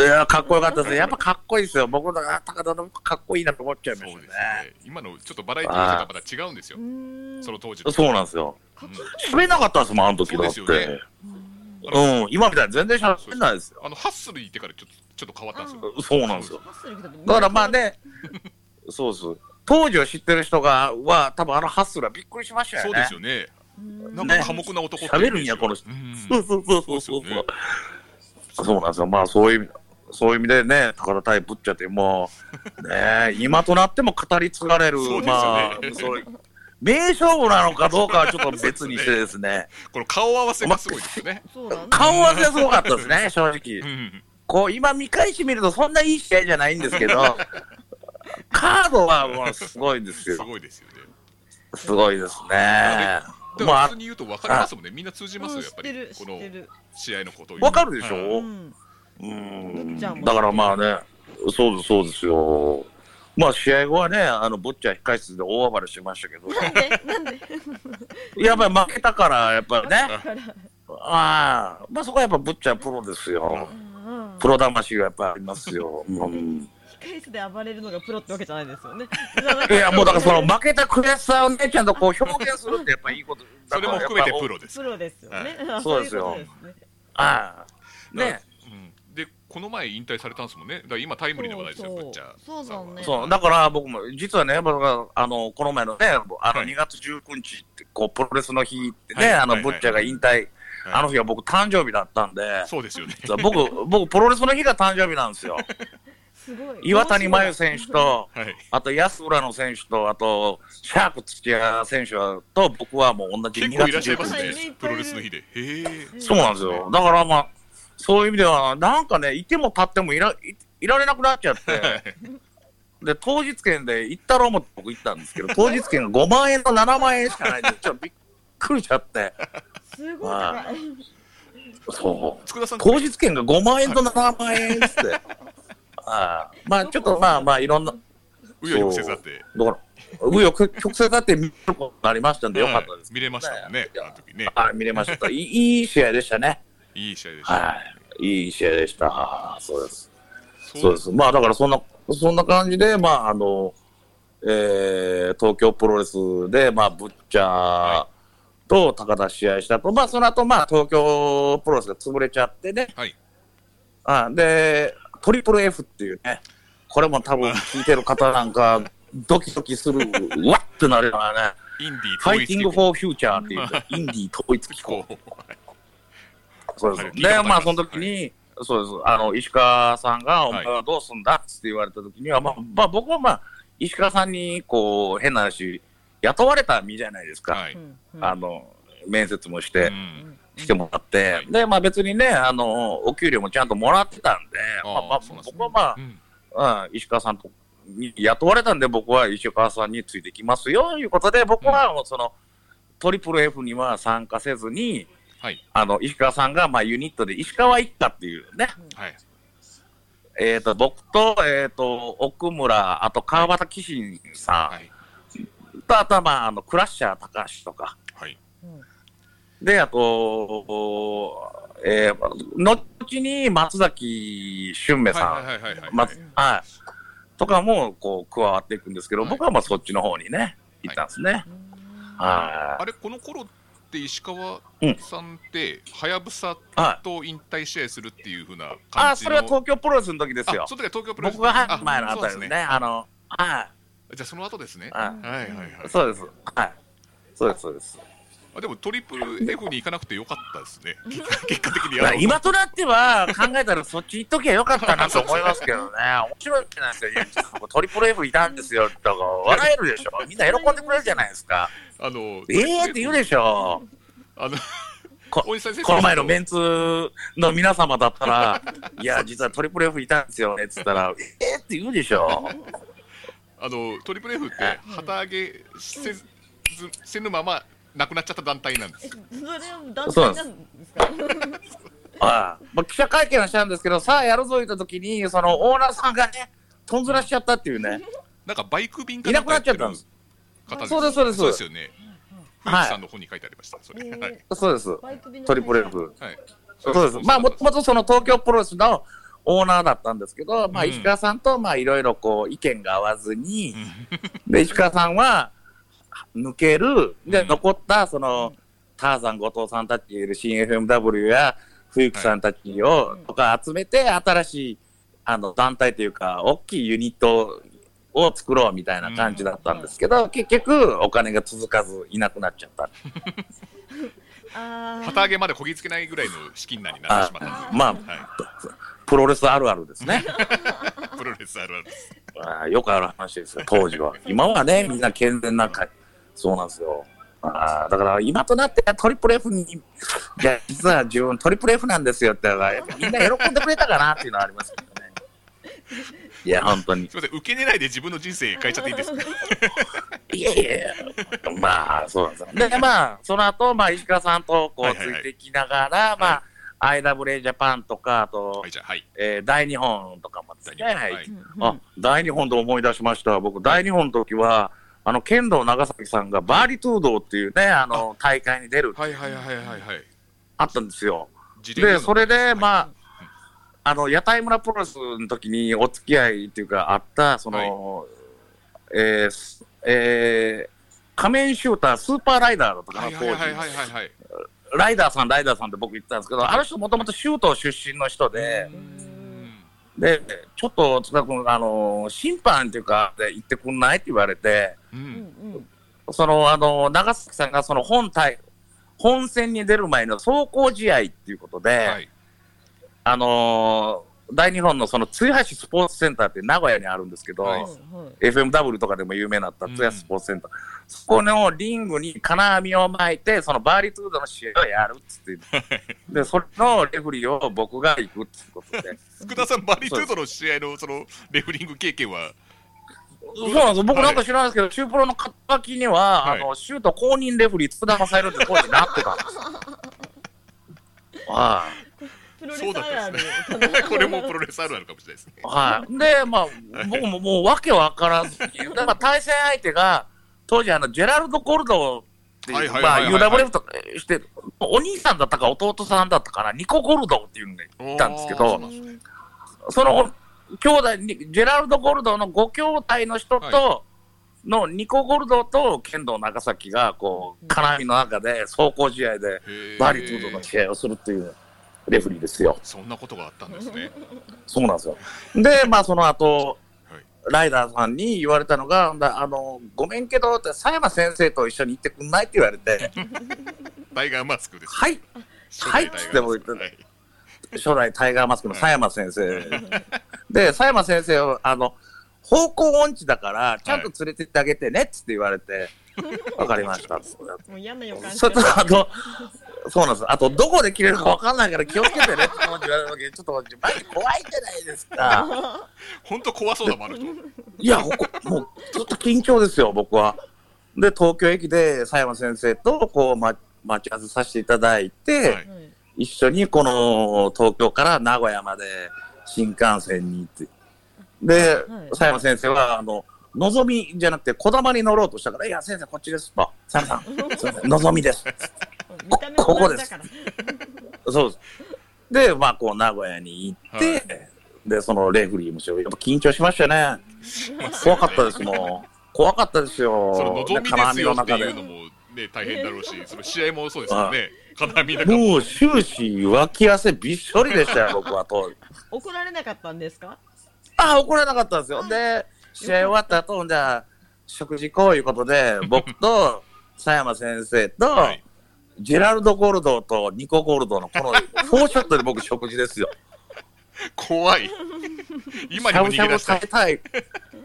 [SPEAKER 3] な。
[SPEAKER 1] いや、かっこよかったです。やっぱかっこいいですよ。僕のあ高田のかっこいいなと思っちゃ
[SPEAKER 2] あ
[SPEAKER 1] いま
[SPEAKER 2] そ
[SPEAKER 1] し
[SPEAKER 2] う
[SPEAKER 1] た
[SPEAKER 2] です
[SPEAKER 1] ね。
[SPEAKER 2] ね。今のちょっとバラエティーとはまた違うんですよ
[SPEAKER 3] う。ーん
[SPEAKER 2] その当時
[SPEAKER 1] そ
[SPEAKER 2] の。
[SPEAKER 1] うなんですよ。
[SPEAKER 3] かっこ
[SPEAKER 1] 喋れなかったですもん、あの時だって。
[SPEAKER 2] そううですよね
[SPEAKER 1] ん、今みたいに全然喋れないですよ。
[SPEAKER 2] あのハッスルに行ってからちょっとちょっと変わったんですよ。
[SPEAKER 1] そうなんですよ。
[SPEAKER 3] ハッスル行くと
[SPEAKER 1] だからまあね、 [LAUGHS] そうそう。当時を知ってる人が、は、多分あのハッスルはびっくりしましたよね。
[SPEAKER 2] そうですよね。
[SPEAKER 3] うーん
[SPEAKER 2] なんか寡黙な男っていうイメ
[SPEAKER 1] 喋る
[SPEAKER 2] ージ。
[SPEAKER 1] んやこの人
[SPEAKER 2] うん
[SPEAKER 1] そうそうそうそうそう
[SPEAKER 2] そうですよね
[SPEAKER 1] そう。そうなんですよ。まあそういうそういう意味でね、高田対ぶっちゃってもう [LAUGHS] ね今となっても語り継がれる
[SPEAKER 2] そうですよね
[SPEAKER 1] まあそういう名勝負なのかどうかはちょっと別にしてですね。
[SPEAKER 2] この顔合わせがすごいですよね。
[SPEAKER 3] そうだね
[SPEAKER 1] 顔合わせがすごかったですね、正
[SPEAKER 2] う
[SPEAKER 1] 直。
[SPEAKER 2] ん。
[SPEAKER 1] こう今見返してみるとそんないい試合じゃないんですけど、 [LAUGHS] カードはもうすごいんです
[SPEAKER 2] す
[SPEAKER 1] よ。
[SPEAKER 2] ごいですよね。
[SPEAKER 1] すごいですね。
[SPEAKER 2] でも
[SPEAKER 1] ま
[SPEAKER 2] 普
[SPEAKER 1] あ
[SPEAKER 2] 通に言うと分かりますもんね。みんな通じます
[SPEAKER 3] うん
[SPEAKER 2] よ
[SPEAKER 3] 知
[SPEAKER 2] やっ
[SPEAKER 3] っ
[SPEAKER 2] ぱ
[SPEAKER 3] て
[SPEAKER 2] り
[SPEAKER 3] る知
[SPEAKER 2] こ
[SPEAKER 3] っ
[SPEAKER 2] の
[SPEAKER 3] てる
[SPEAKER 2] 試合のことを言う。
[SPEAKER 1] わかるでし
[SPEAKER 2] はい
[SPEAKER 1] ょ、
[SPEAKER 3] うん
[SPEAKER 1] うん
[SPEAKER 3] じゃあもう
[SPEAKER 1] だからまあね、そうです、そうですよ。まあ試合後はね、あの、ボッチャ控室で大暴れしましたけど、
[SPEAKER 3] なんでなん
[SPEAKER 1] [LAUGHS]
[SPEAKER 3] で
[SPEAKER 1] やっぱり負けたから、やっぱりね、
[SPEAKER 3] だから
[SPEAKER 1] ああ、まあそこはやっぱボッチャはプロですよ。
[SPEAKER 3] うん
[SPEAKER 1] プロ魂がやっぱありますよ。うん、
[SPEAKER 3] 控室で暴れるのがプロってわけじゃないですよね。じゃなく
[SPEAKER 1] い
[SPEAKER 3] て
[SPEAKER 1] や、もうだからその負けた悔しさをね、ちゃんとこう表現するってやっぱいいこと
[SPEAKER 2] それも含めてプ
[SPEAKER 1] ロ。
[SPEAKER 2] ロです。
[SPEAKER 3] プロですよね。
[SPEAKER 1] そうですよ
[SPEAKER 3] あいうことですね
[SPEAKER 1] ああ。ね。
[SPEAKER 2] うん、でこの前引退されたんですもんね。だから今タイムリーな話題ですよ、
[SPEAKER 3] そうそう
[SPEAKER 2] ぶっちゃ。
[SPEAKER 3] そうだね
[SPEAKER 1] そう、だから僕も、実はね、僕はあの、この前のね、あの、
[SPEAKER 2] はい
[SPEAKER 1] 2月19日って、こう、プロレスの日ってね、
[SPEAKER 2] はい
[SPEAKER 1] あの、
[SPEAKER 2] はい
[SPEAKER 1] ブッチャが引退、あの
[SPEAKER 2] はい
[SPEAKER 1] 日は僕誕生日だったんで、
[SPEAKER 2] そうです
[SPEAKER 1] [LAUGHS]
[SPEAKER 2] よね。
[SPEAKER 1] そう僕、僕、プロレスの日が誕生日なんです
[SPEAKER 2] [LAUGHS]
[SPEAKER 1] よ。
[SPEAKER 3] すごい。
[SPEAKER 1] 岩谷真由選手と、
[SPEAKER 2] はい。
[SPEAKER 1] あと安浦の選手と、あと、シャーク土屋選手と、僕はもう同じ
[SPEAKER 2] 結
[SPEAKER 1] 2
[SPEAKER 2] 構
[SPEAKER 1] 月
[SPEAKER 2] いらっしゃいま
[SPEAKER 1] 19
[SPEAKER 2] す
[SPEAKER 1] 日。
[SPEAKER 3] はいいっぱいい
[SPEAKER 2] ね
[SPEAKER 3] る。
[SPEAKER 2] プロレスの日で。へ
[SPEAKER 3] [LAUGHS]
[SPEAKER 2] え。
[SPEAKER 1] そうなんですよ。だからまあ、そういう意味では、なんかね、いても立ってもいらいいられなくなっちゃって、
[SPEAKER 2] [LAUGHS]
[SPEAKER 1] で、当日券で行ったろうも僕行ったん
[SPEAKER 2] [LAUGHS]
[SPEAKER 1] ですけど、当日券が5万円と7万円しかないんで、ちょっとびっくりしちゃって、
[SPEAKER 3] すごい高い。
[SPEAKER 1] そう。
[SPEAKER 2] 佃さん。
[SPEAKER 1] 当日券が5万円と7万円っつ
[SPEAKER 2] [LAUGHS]
[SPEAKER 1] って、ああまあちょっとまあまあいろんな、
[SPEAKER 2] うよ曲折あって。
[SPEAKER 1] だから、紆余曲曲折あって見ることになりましたんで、よかったです。
[SPEAKER 2] 見れましたもんね。あの時ね。
[SPEAKER 1] あ見れました。いいいい試合でしたね。
[SPEAKER 2] いい試合でした。
[SPEAKER 1] はい。いい試合でした。ああそうです。
[SPEAKER 2] そ
[SPEAKER 1] そううです。まあだからそんな、そんな感じで、まああの、えー東京プロレスで、まあ、ブッチャーと高田試合したと、まあその後、まあ東京プロレスが潰れちゃってね、
[SPEAKER 2] はい。
[SPEAKER 1] あで、トリプル F っていうね、これも多分聞いてる方なんか、ドキドキする、 [LAUGHS] うわってなるようなね、
[SPEAKER 2] インディ
[SPEAKER 1] ファ
[SPEAKER 2] 統
[SPEAKER 1] イ
[SPEAKER 2] 一
[SPEAKER 1] ティン
[SPEAKER 2] 機
[SPEAKER 1] グ・フ
[SPEAKER 2] 構。
[SPEAKER 1] ォー・フューチャーっていう、
[SPEAKER 2] [LAUGHS]
[SPEAKER 1] インディー統一機構。
[SPEAKER 2] こう
[SPEAKER 1] そうです。
[SPEAKER 2] 聞い
[SPEAKER 1] で、
[SPEAKER 2] たことあります
[SPEAKER 1] まあ、その時に、そうです。あの、石川さんが、お
[SPEAKER 2] はい
[SPEAKER 1] 前はどうすんだっつって言われた時には、まあ、まあ、僕はまあ、石川さんに、こう、変な話、雇われた身じゃないですか。
[SPEAKER 2] はい。
[SPEAKER 3] うんうん
[SPEAKER 1] あの、面接もして、
[SPEAKER 2] うん
[SPEAKER 1] してもらって、
[SPEAKER 2] はい
[SPEAKER 1] で、まあ別にね、あの、お給料もちゃんともらってたんで、
[SPEAKER 2] あー
[SPEAKER 1] まあまあ
[SPEAKER 2] そうなん、ですね
[SPEAKER 1] 僕はまあ、
[SPEAKER 2] うん
[SPEAKER 1] うん、石川さんとに雇われたんで、僕は石川さんについてきますよということで、僕はもうその、トリプル F には参加せずに、
[SPEAKER 2] はい。
[SPEAKER 1] あの石川さんがまあユニットで石川一家っていうね、
[SPEAKER 2] はい。
[SPEAKER 1] えー、と僕と,、えー、と奥村、あと川端紀信
[SPEAKER 2] は
[SPEAKER 1] さ
[SPEAKER 2] い。
[SPEAKER 1] んと、あとはまああのクラッシャー高橋とか、
[SPEAKER 2] はい。
[SPEAKER 1] であと、えー、後に松崎俊明さん、
[SPEAKER 2] はい。はい。はい。はい。
[SPEAKER 1] まはい、とかもこう加わっていくんですけど、
[SPEAKER 2] はい
[SPEAKER 1] 僕はまあそっちの方にね、行ったんですね。は
[SPEAKER 2] あれこの頃って石川
[SPEAKER 1] うん
[SPEAKER 2] さんってはやぶさ
[SPEAKER 1] い。はい、
[SPEAKER 2] と引退試合するっていう風な感
[SPEAKER 1] あ、
[SPEAKER 2] じ
[SPEAKER 1] それ
[SPEAKER 2] の
[SPEAKER 1] は東京プロレスの時ですよ
[SPEAKER 2] あ。その時は東京プロレス
[SPEAKER 1] 僕が入る前のあたり
[SPEAKER 2] そう
[SPEAKER 1] です
[SPEAKER 2] ね
[SPEAKER 1] ね。あの、はい。
[SPEAKER 2] じゃあその後ですねは
[SPEAKER 1] はい
[SPEAKER 2] いはいはい
[SPEAKER 1] そうです。はい。そうです、そうです。
[SPEAKER 2] あでもトリプル F に行かなくてよかったですね。結果的に
[SPEAKER 1] ま
[SPEAKER 2] や
[SPEAKER 1] あ
[SPEAKER 2] ろう
[SPEAKER 1] 今となっては考えたらそっち行っときゃよかったなと思いますけ
[SPEAKER 2] [LAUGHS]
[SPEAKER 1] どね。面白いじゃないですか、ゆうちさんもトリプル F いたんですよとか、笑えるでしょ。みんな喜んでくれるじゃないですか。
[SPEAKER 2] あの
[SPEAKER 1] ええって言うでしょ。
[SPEAKER 2] あの
[SPEAKER 1] こ
[SPEAKER 2] 大西先
[SPEAKER 1] [LAUGHS]
[SPEAKER 2] 生
[SPEAKER 1] この前のメンツの皆様だったら、いや、実はトリプル F いたんですよねっつったら、ええって言うでしょ。
[SPEAKER 2] あのトリプル F って旗揚げせずせぬまま亡くなっちゃった団体なんです。
[SPEAKER 3] それは団体なんですか
[SPEAKER 1] ああまあ、記者会見をしたんですけど、さあやるぞ言った時に、そのオーナーさんがね、とんずらしちゃったっていうね。
[SPEAKER 2] なんかバイク便か
[SPEAKER 1] いなくなっちゃっ
[SPEAKER 2] ん
[SPEAKER 1] た
[SPEAKER 2] か
[SPEAKER 1] ん
[SPEAKER 2] や
[SPEAKER 1] で
[SPEAKER 2] っ [LAUGHS]
[SPEAKER 1] す。
[SPEAKER 2] てる方
[SPEAKER 1] そうですそうです
[SPEAKER 2] そうですよね。
[SPEAKER 1] はい
[SPEAKER 2] はい。さんの本に書いてありました。それ。
[SPEAKER 3] えー
[SPEAKER 2] はい。
[SPEAKER 1] そうです。
[SPEAKER 3] バイク便の
[SPEAKER 1] トリプル F。
[SPEAKER 2] はい。
[SPEAKER 1] そうです。まあ、もともとその東京プロレスのオーナーだったんですけど、まあ、
[SPEAKER 2] うん
[SPEAKER 1] 石川さんと、まあ、いろいろこう、意見が合わずに
[SPEAKER 2] う、
[SPEAKER 1] で、石川さんは、抜ける。で、
[SPEAKER 2] うん
[SPEAKER 1] 残った、その、ターザン、後藤さんたちいる CFMW や、冬木さんたちを
[SPEAKER 3] い、
[SPEAKER 1] とか集めて、新しい、あの、団体というか、大きいユニットを作ろうみたいな感じだったんですけど、結局、お金が続かず、いなくなっちゃった。
[SPEAKER 3] あ
[SPEAKER 2] 旗
[SPEAKER 3] あ
[SPEAKER 2] 揚げまでこぎつけないぐらいの資金難になってしまったんで
[SPEAKER 1] まあ
[SPEAKER 2] す。、は
[SPEAKER 1] プロレスあるあるですね。
[SPEAKER 2] い。プロレスあるあるです。
[SPEAKER 1] ああよくある話ですよ、当時は。
[SPEAKER 2] [LAUGHS]
[SPEAKER 1] 今はね、みんな健全な会、そうなんですよ。ああだから今となってはトリプル F に、いや、実は自分トリプル F なんですよって、だからやっぱみんな喜んでくれたかなっていうのはありますけど
[SPEAKER 2] [LAUGHS]
[SPEAKER 1] ね。いや、本当に。
[SPEAKER 2] すみません。受け狙いで自分の人生変えちゃっていい [LAUGHS] ですか。
[SPEAKER 1] いやいやいや、まあ、そうなんですよ。で、まあ、その後、まあ、石川さんとこう、
[SPEAKER 2] はい
[SPEAKER 1] つ
[SPEAKER 2] はいはい
[SPEAKER 1] いていきながら、まあ、IWA ジャパンとか、あと、
[SPEAKER 2] はいじゃあはい。
[SPEAKER 1] えー大日本とかもですね、
[SPEAKER 2] 大日本はい
[SPEAKER 1] あ、大日本で思い出しました。僕、大日本の時は、あの、剣道長崎さんがバーリトゥードっていうね、あの、大会に出る、
[SPEAKER 2] はいはいはいはいはい。
[SPEAKER 1] あったんですよ。
[SPEAKER 2] 自伝
[SPEAKER 1] で、
[SPEAKER 2] の
[SPEAKER 1] それで、まあ、あの、屋台村プロレスの時にお付き合いっていうか、あった、その、えーすえー仮面シューター、スーパーライダーだったかな、
[SPEAKER 2] はい
[SPEAKER 1] 当
[SPEAKER 2] はい
[SPEAKER 1] 時。
[SPEAKER 2] はいはいはいはい。
[SPEAKER 1] ライダーさん、ライダーさんって僕言ってたんですけど、あの人もともと州都出身の人で、
[SPEAKER 2] うん
[SPEAKER 1] で、ちょっと、津田君、あの、審判っていうか、で行ってくんないって言われて、
[SPEAKER 2] う。
[SPEAKER 3] うんん
[SPEAKER 1] その、あの、長崎さんがその本体、本戦に出る前の走行試合っていうことで、
[SPEAKER 2] はい。
[SPEAKER 1] あのー大日本のその、津橋スポーツセンターって名古屋にあるんですけど、
[SPEAKER 2] は
[SPEAKER 3] はいいはい
[SPEAKER 1] FMW とかでも有名だった
[SPEAKER 2] うん
[SPEAKER 1] 津橋スポーツセンター、そこのリングに金網を巻いて、そのバーリトゥードの試合をやるっつって言
[SPEAKER 2] [LAUGHS]
[SPEAKER 1] って、で、それのレフェリーを僕が行くっていうことで、
[SPEAKER 2] 福田さんバリトゥードの試合のそのレフリング経験は
[SPEAKER 1] そうなんですよ僕なんか知らないですけど、シュープロの肩書きには、
[SPEAKER 2] はい
[SPEAKER 1] あの、シュート公認レフェリー、津田正宏って当時なってたんですよ。
[SPEAKER 2] [LAUGHS]
[SPEAKER 1] は
[SPEAKER 3] プロレ
[SPEAKER 2] そう
[SPEAKER 3] ス
[SPEAKER 2] だ
[SPEAKER 3] ある
[SPEAKER 2] った
[SPEAKER 3] ある
[SPEAKER 2] んですね。 [LAUGHS] これもプロレスあるあるかもしれないですね。
[SPEAKER 1] い。はい。で、まあ、僕ももうわけわからずに、だから対戦相手が、当時あの、ジェラルド・ゴルドっていう、
[SPEAKER 2] はいはい
[SPEAKER 1] まあ、
[SPEAKER 2] はいはいはい
[SPEAKER 1] UWF とかして、お兄さんだったか弟さんだったかな、ニコ・ゴルドっていうのがいたんですけ
[SPEAKER 2] おーそ
[SPEAKER 1] ど
[SPEAKER 2] うな、んですね
[SPEAKER 1] その兄弟に、ジェラルド・ゴルドのご兄弟の人と、
[SPEAKER 2] は
[SPEAKER 1] のニコ・ゴルドと剣道長崎が、こう、絡みの中で、走行試合で、
[SPEAKER 2] へー
[SPEAKER 1] バリトゥードの試合をするっていうレフェリーですよ。
[SPEAKER 2] そんなことがあったんですね。
[SPEAKER 1] そうなんですよ。で、まあ、その後、
[SPEAKER 2] はい
[SPEAKER 1] ライダーさんに言われたのが、ほんだらあの、ごめんけど、って、佐山先生と一緒に行ってくんないって言われて、
[SPEAKER 2] タイガーマスクです。
[SPEAKER 1] はい、
[SPEAKER 2] 初
[SPEAKER 1] は
[SPEAKER 2] 代
[SPEAKER 1] い
[SPEAKER 2] タイガーマスク
[SPEAKER 1] って僕言
[SPEAKER 2] はい
[SPEAKER 1] 初代タイガーマスクの佐山先生。で、佐山先生を、あの、方向音痴だから、ちゃんと連れてってあげてねっつって言われ [LAUGHS] て、わ、かりましたっつって。
[SPEAKER 3] もう嫌な予感し
[SPEAKER 1] そ
[SPEAKER 3] か
[SPEAKER 1] れとあと、そうなんです。あと、どこで切れるかわかんないから気をつけてねって思って言われるわけで、ちょっと、マジ怖いじゃないですか。
[SPEAKER 2] 本当怖そうだもんあの人。
[SPEAKER 1] いや、ここもうずっと緊張ですよ、僕は。で、東京駅で佐山先生とこう、ま、待ち合わせさせていただいて、
[SPEAKER 2] はい
[SPEAKER 3] ない
[SPEAKER 1] 一緒にこの東京から名古屋まで新幹線に行って。で、
[SPEAKER 3] はい
[SPEAKER 1] 佐山先生は、あの、のぞみじゃなくて、こだまに乗ろうとしたから、いや、先生、こっちですと。佐山さん、すいま
[SPEAKER 3] [LAUGHS]
[SPEAKER 1] せん、のぞみです。
[SPEAKER 3] 見た目も同じだから
[SPEAKER 1] そうです。で、まあ、こう、名古屋に行って、
[SPEAKER 2] は
[SPEAKER 1] で、そのレフェリーもしよう。やっぱ緊張しまし
[SPEAKER 3] [LAUGHS]
[SPEAKER 1] たね。怖かったです、もう。怖かったですよ。
[SPEAKER 2] その望みですよっていうの
[SPEAKER 1] も。
[SPEAKER 2] もね大変だろうし、その試合もそうですよね。金網なんか
[SPEAKER 1] もう終始、脇汗びっしょりでしたよ、僕は当時。
[SPEAKER 3] 怒られなかったんですか
[SPEAKER 1] あ、怒らなかったんですよ。で、試合終わった後、じゃあ、食事行こういうことで、僕と、佐山先生と、
[SPEAKER 2] はい
[SPEAKER 1] ジェラルド・ゴールドとニコ・ゴールドのこの4ショットで僕食事ですよ。
[SPEAKER 2] 怖
[SPEAKER 1] [LAUGHS]
[SPEAKER 2] い今にも逃げ出し
[SPEAKER 1] しゃぶしゃ
[SPEAKER 2] た
[SPEAKER 1] ぶ食べたい。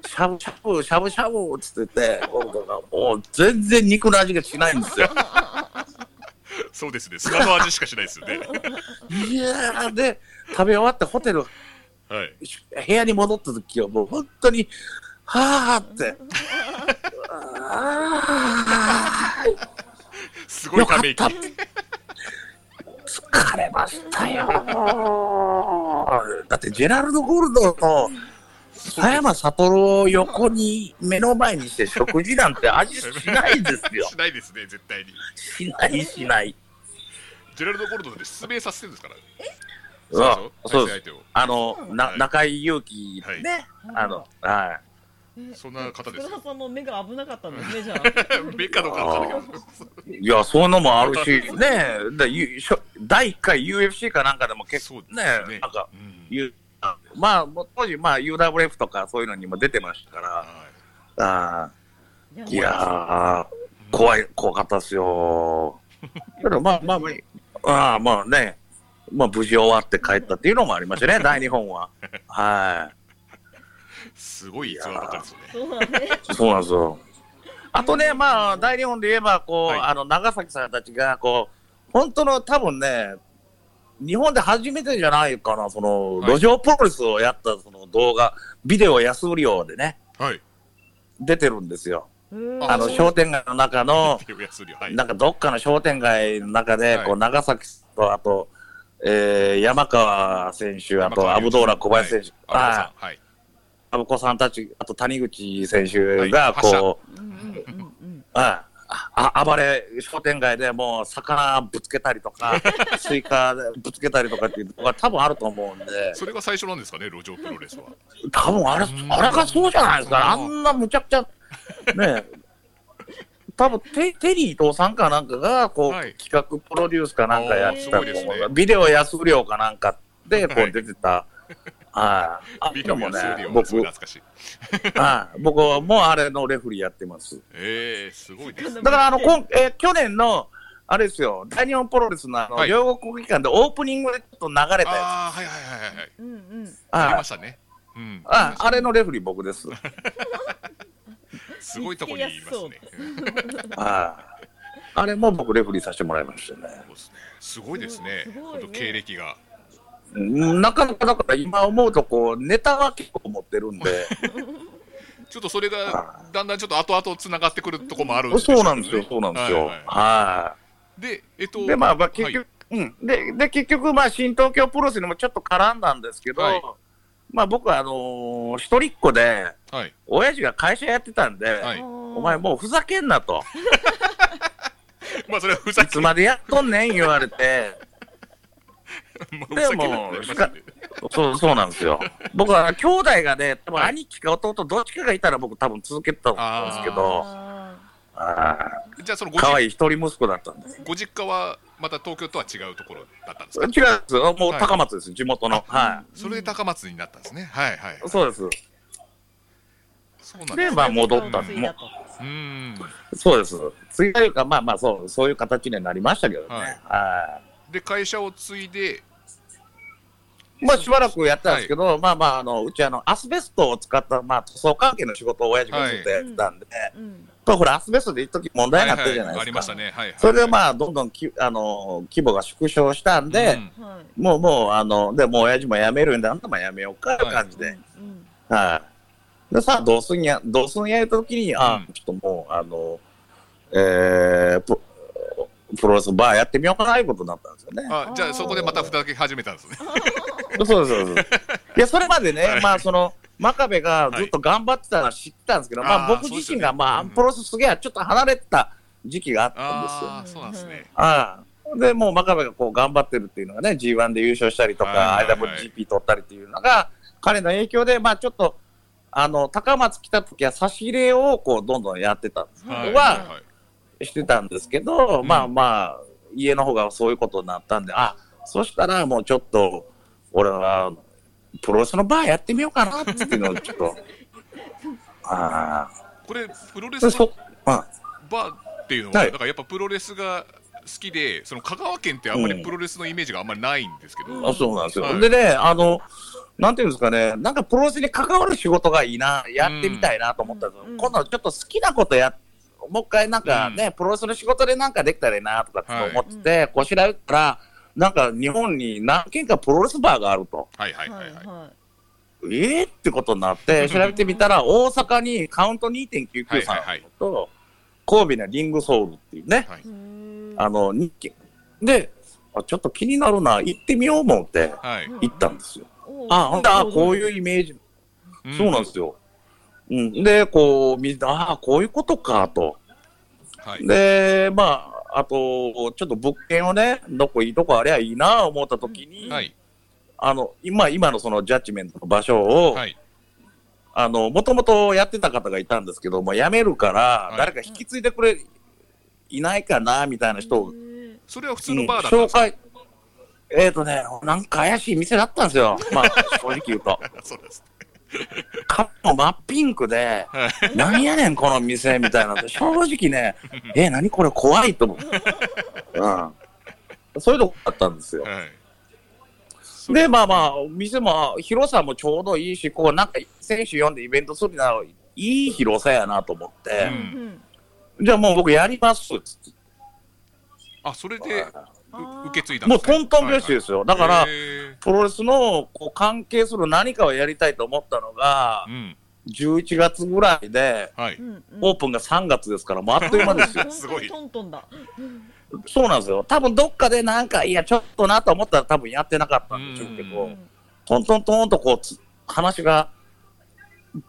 [SPEAKER 1] しゃぶしゃぶ、しゃぶしゃぶっつってて、ゴールドがもう全然肉の味がしないんですよ。
[SPEAKER 2] そうですね砂の味しかしないです
[SPEAKER 1] [LAUGHS]
[SPEAKER 2] よね
[SPEAKER 1] いやーで、食べ終わってホテル、
[SPEAKER 2] はい
[SPEAKER 1] 部屋に戻った時はもう本当に、はー [LAUGHS] って。あ
[SPEAKER 2] す
[SPEAKER 1] ー
[SPEAKER 2] ご
[SPEAKER 1] よ
[SPEAKER 2] い
[SPEAKER 1] か
[SPEAKER 2] た
[SPEAKER 1] っ
[SPEAKER 2] め息
[SPEAKER 1] た。疲れましたよ。だってジェラルド・ゴールドと佐山悟を横に目の前にして食事なんて味しないですよ。
[SPEAKER 2] しないですね絶対に
[SPEAKER 1] しないしない。
[SPEAKER 2] ジェラルド・ゴールドで失明させてるんですから
[SPEAKER 1] うん
[SPEAKER 2] そう
[SPEAKER 1] そう
[SPEAKER 2] で
[SPEAKER 1] ですす
[SPEAKER 2] よ対戦相手を
[SPEAKER 1] あの、な中井祐希
[SPEAKER 2] はい
[SPEAKER 1] ね、あの、はい。
[SPEAKER 3] え
[SPEAKER 2] そんな方ですよ
[SPEAKER 3] 福田さんも目が危なかったんですね、じゃあ。
[SPEAKER 2] メカのかわかんないけど
[SPEAKER 1] いや、そういうのもあるし、ねえ、だゆしょ第1回 UFC かなんかでも結
[SPEAKER 2] そう
[SPEAKER 1] 構
[SPEAKER 2] です
[SPEAKER 1] ね
[SPEAKER 2] ね、
[SPEAKER 1] なんか、
[SPEAKER 2] うん
[SPEAKER 1] ゆあまあ、もう当時、まあ、UWF とかそういうのにも出てましたか
[SPEAKER 2] はい
[SPEAKER 1] ら、あ
[SPEAKER 3] じゃあ
[SPEAKER 1] ーいやー、怖い、怖かったっすよ。けど、まあまあまあ、あーまあね、まあ無事終わって帰ったっていうのもありました [LAUGHS] ね、大日本は。は
[SPEAKER 2] すごい逸話ばっかりですよね
[SPEAKER 3] そうだね。
[SPEAKER 1] い。そうなんですよ。あとね、まあ、大日本で言えば、こう、
[SPEAKER 2] はい
[SPEAKER 1] あの、長崎さんたちが、こう、本当の多分ね、日本で初めてじゃないかな、その、
[SPEAKER 2] はい
[SPEAKER 1] 路上プロレスをやったその動画、ビデオ安売り用でね、
[SPEAKER 2] はい
[SPEAKER 1] 出てるんですよ。
[SPEAKER 3] うん
[SPEAKER 1] あの、商店街の中の、
[SPEAKER 2] 手を安りはい
[SPEAKER 1] なんかどっかの商店街の中で、
[SPEAKER 2] はい
[SPEAKER 1] こう、長崎と、あと、えー山川選手、あ
[SPEAKER 2] 山
[SPEAKER 1] と、
[SPEAKER 2] 川祐
[SPEAKER 1] ア
[SPEAKER 2] 希
[SPEAKER 1] ブドーラ小林選手、
[SPEAKER 2] あ
[SPEAKER 1] はい
[SPEAKER 2] さんはい
[SPEAKER 1] アブコさんたち、あと谷口選手が、
[SPEAKER 2] はい
[SPEAKER 1] こう、
[SPEAKER 3] うんうんうん
[SPEAKER 1] ああ暴れ商店街でもう魚ぶつけたりと
[SPEAKER 2] [LAUGHS]
[SPEAKER 1] かスイカでぶつけたりとかっていうのが多分あると思うんで
[SPEAKER 2] それが最初なんですかね路上プロレスは
[SPEAKER 1] 多分あれ
[SPEAKER 2] うん
[SPEAKER 1] あれがそうじゃないですかあ
[SPEAKER 2] うん
[SPEAKER 1] んなむちゃくち
[SPEAKER 2] [LAUGHS]
[SPEAKER 1] ゃねえ多分テテリー伊藤さんかなんかがこう、
[SPEAKER 2] はい
[SPEAKER 1] 企画プロデュースかなんかやってたと思
[SPEAKER 3] お
[SPEAKER 1] う
[SPEAKER 3] ーす
[SPEAKER 2] ごいですね
[SPEAKER 1] ビデオ安売料かなんかでこ
[SPEAKER 2] はいう
[SPEAKER 1] 出てた。はい、あ
[SPEAKER 2] ビ
[SPEAKER 1] で
[SPEAKER 2] デオ
[SPEAKER 1] もね
[SPEAKER 2] 安りを、
[SPEAKER 1] 僕
[SPEAKER 2] すごい懐かしい
[SPEAKER 1] はい僕もあれのレフリーやってます。
[SPEAKER 2] えーすごいです
[SPEAKER 1] だからあのこん、えー去年の、あれですよ、大日本プロレスのあの、
[SPEAKER 2] はい
[SPEAKER 1] 両国国技館でオープニングでちょっと流れたや
[SPEAKER 2] ああはいはいはいはいはい
[SPEAKER 3] うんうん。
[SPEAKER 1] つ。
[SPEAKER 2] あり
[SPEAKER 1] あ
[SPEAKER 2] ましたねうん
[SPEAKER 1] ああれのレフリー僕です。
[SPEAKER 2] すごいとこにいますね
[SPEAKER 1] ああれも僕レフリーさせてもらいましたね。
[SPEAKER 2] そうですねすごいですね
[SPEAKER 3] すごい
[SPEAKER 2] ほんと経歴が
[SPEAKER 1] うんなかなかだから今思うとこう、ネタは結構持ってるん
[SPEAKER 2] [LAUGHS]
[SPEAKER 1] で、
[SPEAKER 2] ちょっとそれがだんだんちょっと後々つながってくるとこもあるんでしょ
[SPEAKER 1] そううな
[SPEAKER 2] けどね
[SPEAKER 1] んですよ、そうなんです
[SPEAKER 2] は
[SPEAKER 1] よ。
[SPEAKER 2] い
[SPEAKER 1] はい
[SPEAKER 2] は。いでえっと
[SPEAKER 1] で、まあ、まあ、
[SPEAKER 2] はい
[SPEAKER 1] 結局、うん。で、で、結局、まあ、新東京プロレスにもちょっと絡んだんですけど、
[SPEAKER 2] はい
[SPEAKER 1] まあ、僕は、あのー一人っ子で、
[SPEAKER 2] はい
[SPEAKER 1] 親父が会社やってたんで、
[SPEAKER 2] はい
[SPEAKER 1] お
[SPEAKER 3] お
[SPEAKER 1] 前もうふざけんなと。
[SPEAKER 2] まあそれはふざ
[SPEAKER 1] い
[SPEAKER 2] け
[SPEAKER 1] つまでやっとんねん言われて、
[SPEAKER 2] ま
[SPEAKER 1] で
[SPEAKER 2] あふざけんなってなりましたね
[SPEAKER 1] そうそうなんですよ。僕は兄弟がね、多分
[SPEAKER 2] はい
[SPEAKER 1] 兄貴か弟どっちかがいたら僕多分続けてたと思うんですけど、あ
[SPEAKER 2] じゃあその
[SPEAKER 1] ー
[SPEAKER 2] ご
[SPEAKER 1] 可
[SPEAKER 2] 実
[SPEAKER 1] 愛い一人息子だったんです。
[SPEAKER 2] ご実家はまた東京とは違うところだったんです
[SPEAKER 1] 違う
[SPEAKER 2] か
[SPEAKER 1] んですよ。もう
[SPEAKER 2] はい
[SPEAKER 1] 高松です、地元の。は
[SPEAKER 2] それで高松になったんですねはいはい
[SPEAKER 1] い。そうです。
[SPEAKER 2] そうなんで
[SPEAKER 1] ですまあ戻った
[SPEAKER 2] ん
[SPEAKER 1] で
[SPEAKER 2] で
[SPEAKER 1] もう
[SPEAKER 2] うーん
[SPEAKER 1] そうです。ついというか、まあまあそう、そういう形にはなりましたけどね。
[SPEAKER 2] はい
[SPEAKER 1] は
[SPEAKER 2] で会社を継いで
[SPEAKER 1] い。まあしばらくやったんですけど、まあまあ、あの、うちあの、アスベストを使った、まあ塗装関係の仕事を親父がずっとやってたんで、
[SPEAKER 3] うん
[SPEAKER 1] まあほら、アスベストで一時問題になったじゃないですか。
[SPEAKER 2] ははありましたねはいはい
[SPEAKER 1] それでまあ、どんどんき、あの、規模が縮小したん
[SPEAKER 2] う
[SPEAKER 1] で、
[SPEAKER 2] ん
[SPEAKER 3] はい。
[SPEAKER 1] もう、もう、あの、で、もう親父も辞めるんで、あんたも辞めようか、って感じで。はい。
[SPEAKER 3] うん
[SPEAKER 1] で、さあ、どうすんや、どうすんや、いう時に、あ、
[SPEAKER 2] うん
[SPEAKER 1] ちょっともう、あの、えー、ププロレスバーやってみようかな、いうことになったんですよね。
[SPEAKER 2] あじゃあそこでまたふざけ始めたんですね
[SPEAKER 1] そうそうそう。 [LAUGHS] いや、それまでね、
[SPEAKER 2] はい
[SPEAKER 1] まあ、その、真壁がずっと頑張ってたのは知ってたんですけど、まあ、
[SPEAKER 2] あー
[SPEAKER 1] 僕自
[SPEAKER 2] そうですよ
[SPEAKER 1] 身
[SPEAKER 2] ね
[SPEAKER 1] が、まあ、
[SPEAKER 2] うん
[SPEAKER 1] プロレスすげえ、ちょっと離れてた時期があったんですよ。
[SPEAKER 2] ああそうなんですね
[SPEAKER 1] ああで、もう真壁がこう頑張ってるっていうのがね、G1 で優勝したりと
[SPEAKER 2] は
[SPEAKER 1] か
[SPEAKER 2] い、はいはい
[SPEAKER 1] IWGP 取ったりっていうのが、彼の影響で、まあちょっと、あの、高松来た時は差し入れをこう、どんどんやってた、
[SPEAKER 2] はい
[SPEAKER 1] は
[SPEAKER 2] はいはい
[SPEAKER 1] してたんですけど、
[SPEAKER 2] うん
[SPEAKER 1] まあまあ、家の方がそういうことになったんで、あ、そしたらもうちょっと、俺は、プロレスのバーやってみようかなっていうのをちょっ
[SPEAKER 2] [LAUGHS]
[SPEAKER 1] と、あ
[SPEAKER 2] これプロレ
[SPEAKER 1] あ、
[SPEAKER 2] ス
[SPEAKER 1] そ、まあ、
[SPEAKER 2] バーっていうのは、
[SPEAKER 1] はい
[SPEAKER 2] だからやっぱプロレスがきで、その香川県ってあんまりプロレスのイメージがあんまりないんですけど、
[SPEAKER 1] あそうなんですよ、
[SPEAKER 2] はい
[SPEAKER 1] でね、あの、なんていうんですかね、なんかプロレスに関わる仕事がいいな、やってみたいなと思ったんですけど、
[SPEAKER 3] うん
[SPEAKER 1] 今度ちょっと好きなことやもう一回なんかね、プロレスの仕事でなんかできたらいいなとかって思ってて、こう調べたら、なんか日本に何軒かプロレスバーがあると。
[SPEAKER 2] はいはい
[SPEAKER 3] い
[SPEAKER 2] は
[SPEAKER 3] はいい
[SPEAKER 2] はい。
[SPEAKER 3] は
[SPEAKER 1] えー、ってことになって、調べてみたら、大阪にカウント2.99さん
[SPEAKER 2] はいはいはい
[SPEAKER 1] と、神戸のリングソウルっていうね、
[SPEAKER 2] はい
[SPEAKER 3] い。うーん
[SPEAKER 1] あの、2軒。で、あちょっと気になるな、行ってみよう思って、
[SPEAKER 2] はい。
[SPEAKER 1] 行ったんですよ。
[SPEAKER 3] おー
[SPEAKER 1] あ、ほんとあ、こういう
[SPEAKER 3] う
[SPEAKER 1] イメージ、
[SPEAKER 2] うん
[SPEAKER 1] そうなんですよ。うん、で、こう、みんな、ああ、こういうことかと。
[SPEAKER 2] はい。
[SPEAKER 1] で、まあ、あと、ちょっと物件をね、どこいいとこありゃいいな、思ったときに、
[SPEAKER 2] はい。
[SPEAKER 1] あの、今、今のそのジャッジメントの場所を、
[SPEAKER 2] はい。
[SPEAKER 1] あの、もともとやってた方がいたんですけど、もう辞めるから
[SPEAKER 2] は、い
[SPEAKER 1] 誰か引き継いでくれ、い、ないかな、みたいな人を、
[SPEAKER 3] へ
[SPEAKER 2] それは普
[SPEAKER 1] う
[SPEAKER 2] 通
[SPEAKER 1] ん
[SPEAKER 2] のバーだったんで
[SPEAKER 1] 紹
[SPEAKER 2] すか、
[SPEAKER 1] 介、えっ、ー、とね、なんか怪しい店だったんですよ。まあ、正直言うと。
[SPEAKER 2] そうです。
[SPEAKER 1] 顔も真っピンクで、
[SPEAKER 2] はい。
[SPEAKER 1] なんやねん、この店、みたいなんで、正直
[SPEAKER 2] [LAUGHS]
[SPEAKER 1] ね、えー、何これ怖いと思う。うん。そういうとこだったんですよ。
[SPEAKER 2] はい。それ
[SPEAKER 1] で、まあまあ、店も、広さもちょうどいいし、こう、なんか、選手呼んでイベントするなら、いい広さやなと思って、
[SPEAKER 2] う
[SPEAKER 3] ーう
[SPEAKER 2] ん
[SPEAKER 3] ん
[SPEAKER 1] じゃあもう僕やりますっつって
[SPEAKER 2] あ、それで
[SPEAKER 3] あ
[SPEAKER 2] う
[SPEAKER 3] ー
[SPEAKER 2] 受け継いだん
[SPEAKER 1] も
[SPEAKER 2] で
[SPEAKER 1] う
[SPEAKER 2] すね
[SPEAKER 1] トントン拍子で
[SPEAKER 2] は
[SPEAKER 1] すよ。
[SPEAKER 2] いは
[SPEAKER 1] だ
[SPEAKER 2] い
[SPEAKER 1] から、
[SPEAKER 2] へ
[SPEAKER 1] プロレスのこう関係する何かをやりたいと思ったのが
[SPEAKER 2] ーう、ん。
[SPEAKER 1] 11月ぐらいで、
[SPEAKER 2] はい。
[SPEAKER 3] うんうん
[SPEAKER 1] オープンが3月ですから、もうあっという間ですよ。
[SPEAKER 2] すごい
[SPEAKER 3] トントンだ。
[SPEAKER 1] そうなんですよ。多分どっかでなんか、いや、ちょっとなと思ったら多分やってなかったんでしょうけ
[SPEAKER 2] う
[SPEAKER 1] ど、トントントンとこうつ、話が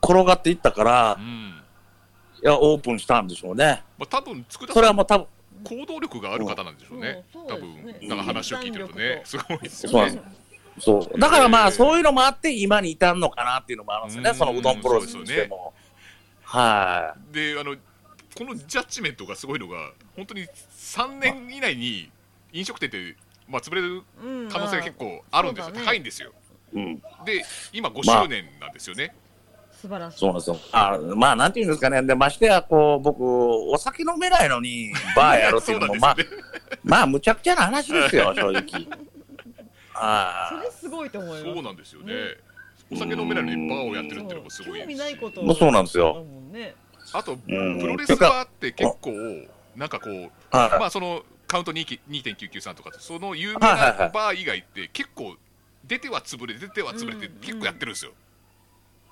[SPEAKER 1] 転がっていったか
[SPEAKER 2] う
[SPEAKER 1] ら、
[SPEAKER 2] ん。
[SPEAKER 1] いや、オープンしたんでしょうね。
[SPEAKER 2] まあ、多分、佃
[SPEAKER 1] そ
[SPEAKER 2] さん
[SPEAKER 1] れはもう多分、
[SPEAKER 2] 行動力がある方なんでしょうね。
[SPEAKER 3] そうそ
[SPEAKER 2] 多
[SPEAKER 3] うですね
[SPEAKER 2] 分、なんか話を聞いてるとね、すごいです
[SPEAKER 1] そう
[SPEAKER 2] よ
[SPEAKER 1] なん
[SPEAKER 2] ね
[SPEAKER 1] で。そう。だからま
[SPEAKER 2] へ
[SPEAKER 1] あ、
[SPEAKER 2] ー
[SPEAKER 1] そういうのもあって、今に至るのかなっていうのもあるんですよ
[SPEAKER 2] う
[SPEAKER 1] ね。
[SPEAKER 2] ん
[SPEAKER 1] そのうどんプロレスにしても。は
[SPEAKER 2] で、あの、このジャッジメントがすごいのが、本当に3年以内に飲食店って、まあ、潰れる
[SPEAKER 3] うん
[SPEAKER 2] 可能性が結構あるんですよ、
[SPEAKER 3] そうだね
[SPEAKER 2] 高いんですよ。
[SPEAKER 1] い。うん。
[SPEAKER 2] で、今5周年なんですよね。
[SPEAKER 3] 素晴らしい。
[SPEAKER 1] そうなんですよ。あまあ、なんていうんですかね。で、ましてや、こう、僕、お酒飲めないのに、バーやるっていうのも、
[SPEAKER 2] [LAUGHS] そう
[SPEAKER 1] まあ
[SPEAKER 2] なんですよね。
[SPEAKER 1] まあ、むちゃくちゃな話ですよ、正
[SPEAKER 2] [LAUGHS]
[SPEAKER 1] 直。
[SPEAKER 3] そ
[SPEAKER 1] あ
[SPEAKER 3] れすごいと思います。
[SPEAKER 2] そうなんですよね
[SPEAKER 3] ね。
[SPEAKER 2] お酒飲めないのにバーをやってるっていうのもす
[SPEAKER 3] そう
[SPEAKER 2] ごいです
[SPEAKER 3] 興味
[SPEAKER 2] し
[SPEAKER 3] ないこと
[SPEAKER 1] あ。もうそうなんです
[SPEAKER 3] だ
[SPEAKER 1] よ。
[SPEAKER 3] もんね。
[SPEAKER 2] あと、
[SPEAKER 1] うん
[SPEAKER 2] プロレスバーって結構、なんかこう、
[SPEAKER 1] は
[SPEAKER 2] まあそのカウント2 2.993とか、その有名な
[SPEAKER 1] はいはいはい
[SPEAKER 2] バー以外って、結構、出ては潰れ、出ては潰れて
[SPEAKER 3] うん、
[SPEAKER 2] 結構やってるんですよ。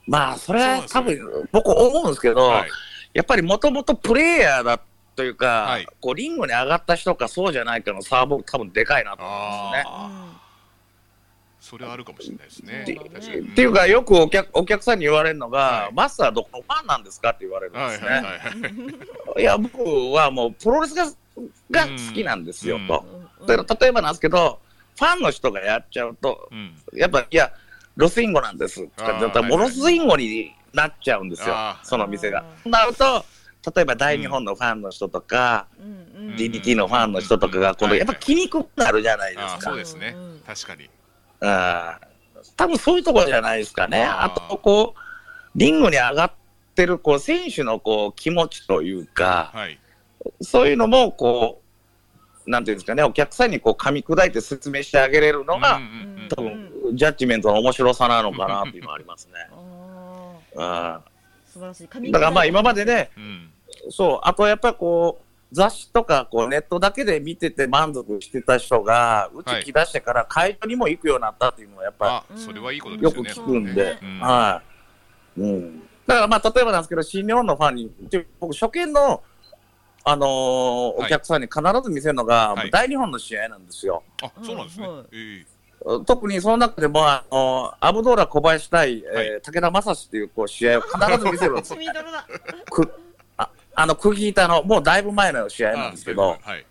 [SPEAKER 1] い。まあ、それは
[SPEAKER 2] そ
[SPEAKER 1] 多
[SPEAKER 2] うなんです
[SPEAKER 1] 分、僕思うんですけど、
[SPEAKER 2] はい、
[SPEAKER 1] やっぱりもともとプレイヤーだというか、
[SPEAKER 2] はい
[SPEAKER 1] こう、リングに上がった人かそうじゃないかの差は僕多分でかいなと思うんですよね。
[SPEAKER 2] ああ、それはあるかもしれないですね
[SPEAKER 1] で。
[SPEAKER 2] 確かに
[SPEAKER 1] っていうか、よくお客お客さんに言われるのが、
[SPEAKER 2] はい
[SPEAKER 1] マスターどこのファンなんですかって言われるん
[SPEAKER 2] は
[SPEAKER 1] で
[SPEAKER 2] い
[SPEAKER 1] すね。
[SPEAKER 2] はいはいはい。
[SPEAKER 1] いや、僕はもうプロレスがが好きなんですよ、
[SPEAKER 2] うん
[SPEAKER 1] と。
[SPEAKER 3] うん
[SPEAKER 1] だから例えばなんですけど、ファンの人がやっちゃうと、
[SPEAKER 2] うん、
[SPEAKER 1] やっぱ、いや、ロスインゴなんですとか
[SPEAKER 2] あー
[SPEAKER 1] だったら、
[SPEAKER 2] はいはい
[SPEAKER 1] もうロスインゴになっちゃうんですよ
[SPEAKER 2] あ、ー
[SPEAKER 1] その店が
[SPEAKER 3] あ。
[SPEAKER 1] なると、例えば大日本のファンの人とか、
[SPEAKER 3] うんうんうん
[SPEAKER 1] DDT のファンの人とかが、今度、
[SPEAKER 2] うん
[SPEAKER 1] やっぱ気にくくなるじゃないで
[SPEAKER 2] あ
[SPEAKER 1] す
[SPEAKER 2] あ、そ
[SPEAKER 1] か
[SPEAKER 2] う。ですね
[SPEAKER 3] うんうん。
[SPEAKER 2] 確かに。
[SPEAKER 1] あー多分そういうところじゃないですかね。
[SPEAKER 2] あ
[SPEAKER 1] あ
[SPEAKER 2] ー
[SPEAKER 1] と、こう、リングに上がってる、こう、選手の、こう、気持ちというか、
[SPEAKER 2] はい。
[SPEAKER 1] そういうのも、こう、なんていうんですかね、お客さんに、こう、噛み砕いて説明してあげれるの
[SPEAKER 2] うん
[SPEAKER 1] が、
[SPEAKER 2] うんうん
[SPEAKER 1] 多分、ジャッジメントの面白さなのかなっていうのはありますね。
[SPEAKER 3] あ
[SPEAKER 1] うん
[SPEAKER 3] ー素晴らしい。神
[SPEAKER 1] だから、まあ、今までね、
[SPEAKER 2] うん
[SPEAKER 1] そう、あと、やっぱりこう、雑誌とかこうネットだけで見てて満足してた人が、うち来だしてから会場にも行くようになったっていうのは、やっぱり
[SPEAKER 2] あ、それはいいことで
[SPEAKER 1] よ
[SPEAKER 2] す
[SPEAKER 1] く
[SPEAKER 2] よね。
[SPEAKER 1] 聞くんで、
[SPEAKER 2] うん
[SPEAKER 1] はい、うん。だからまあ、例えばなんですけど、新日本のファンに、で僕、初見の、あのー
[SPEAKER 2] は
[SPEAKER 1] お
[SPEAKER 2] い
[SPEAKER 1] 客さんに必ず見せるのが、
[SPEAKER 2] はい
[SPEAKER 1] 大日本の試合なんですよ。
[SPEAKER 2] あ、そうなんですね。
[SPEAKER 3] うん
[SPEAKER 2] え
[SPEAKER 1] 特にその中でも、あのーアブドーラ小林対、えー
[SPEAKER 2] はい
[SPEAKER 1] 武田正史っていうこう試合を必ず見せるんです
[SPEAKER 3] シ
[SPEAKER 2] [LAUGHS]
[SPEAKER 1] よ。
[SPEAKER 3] ミドロだ。
[SPEAKER 1] くああの、釘板の、もうだいぶ前の試
[SPEAKER 2] え
[SPEAKER 1] 合なんですけど、はい。
[SPEAKER 2] はい。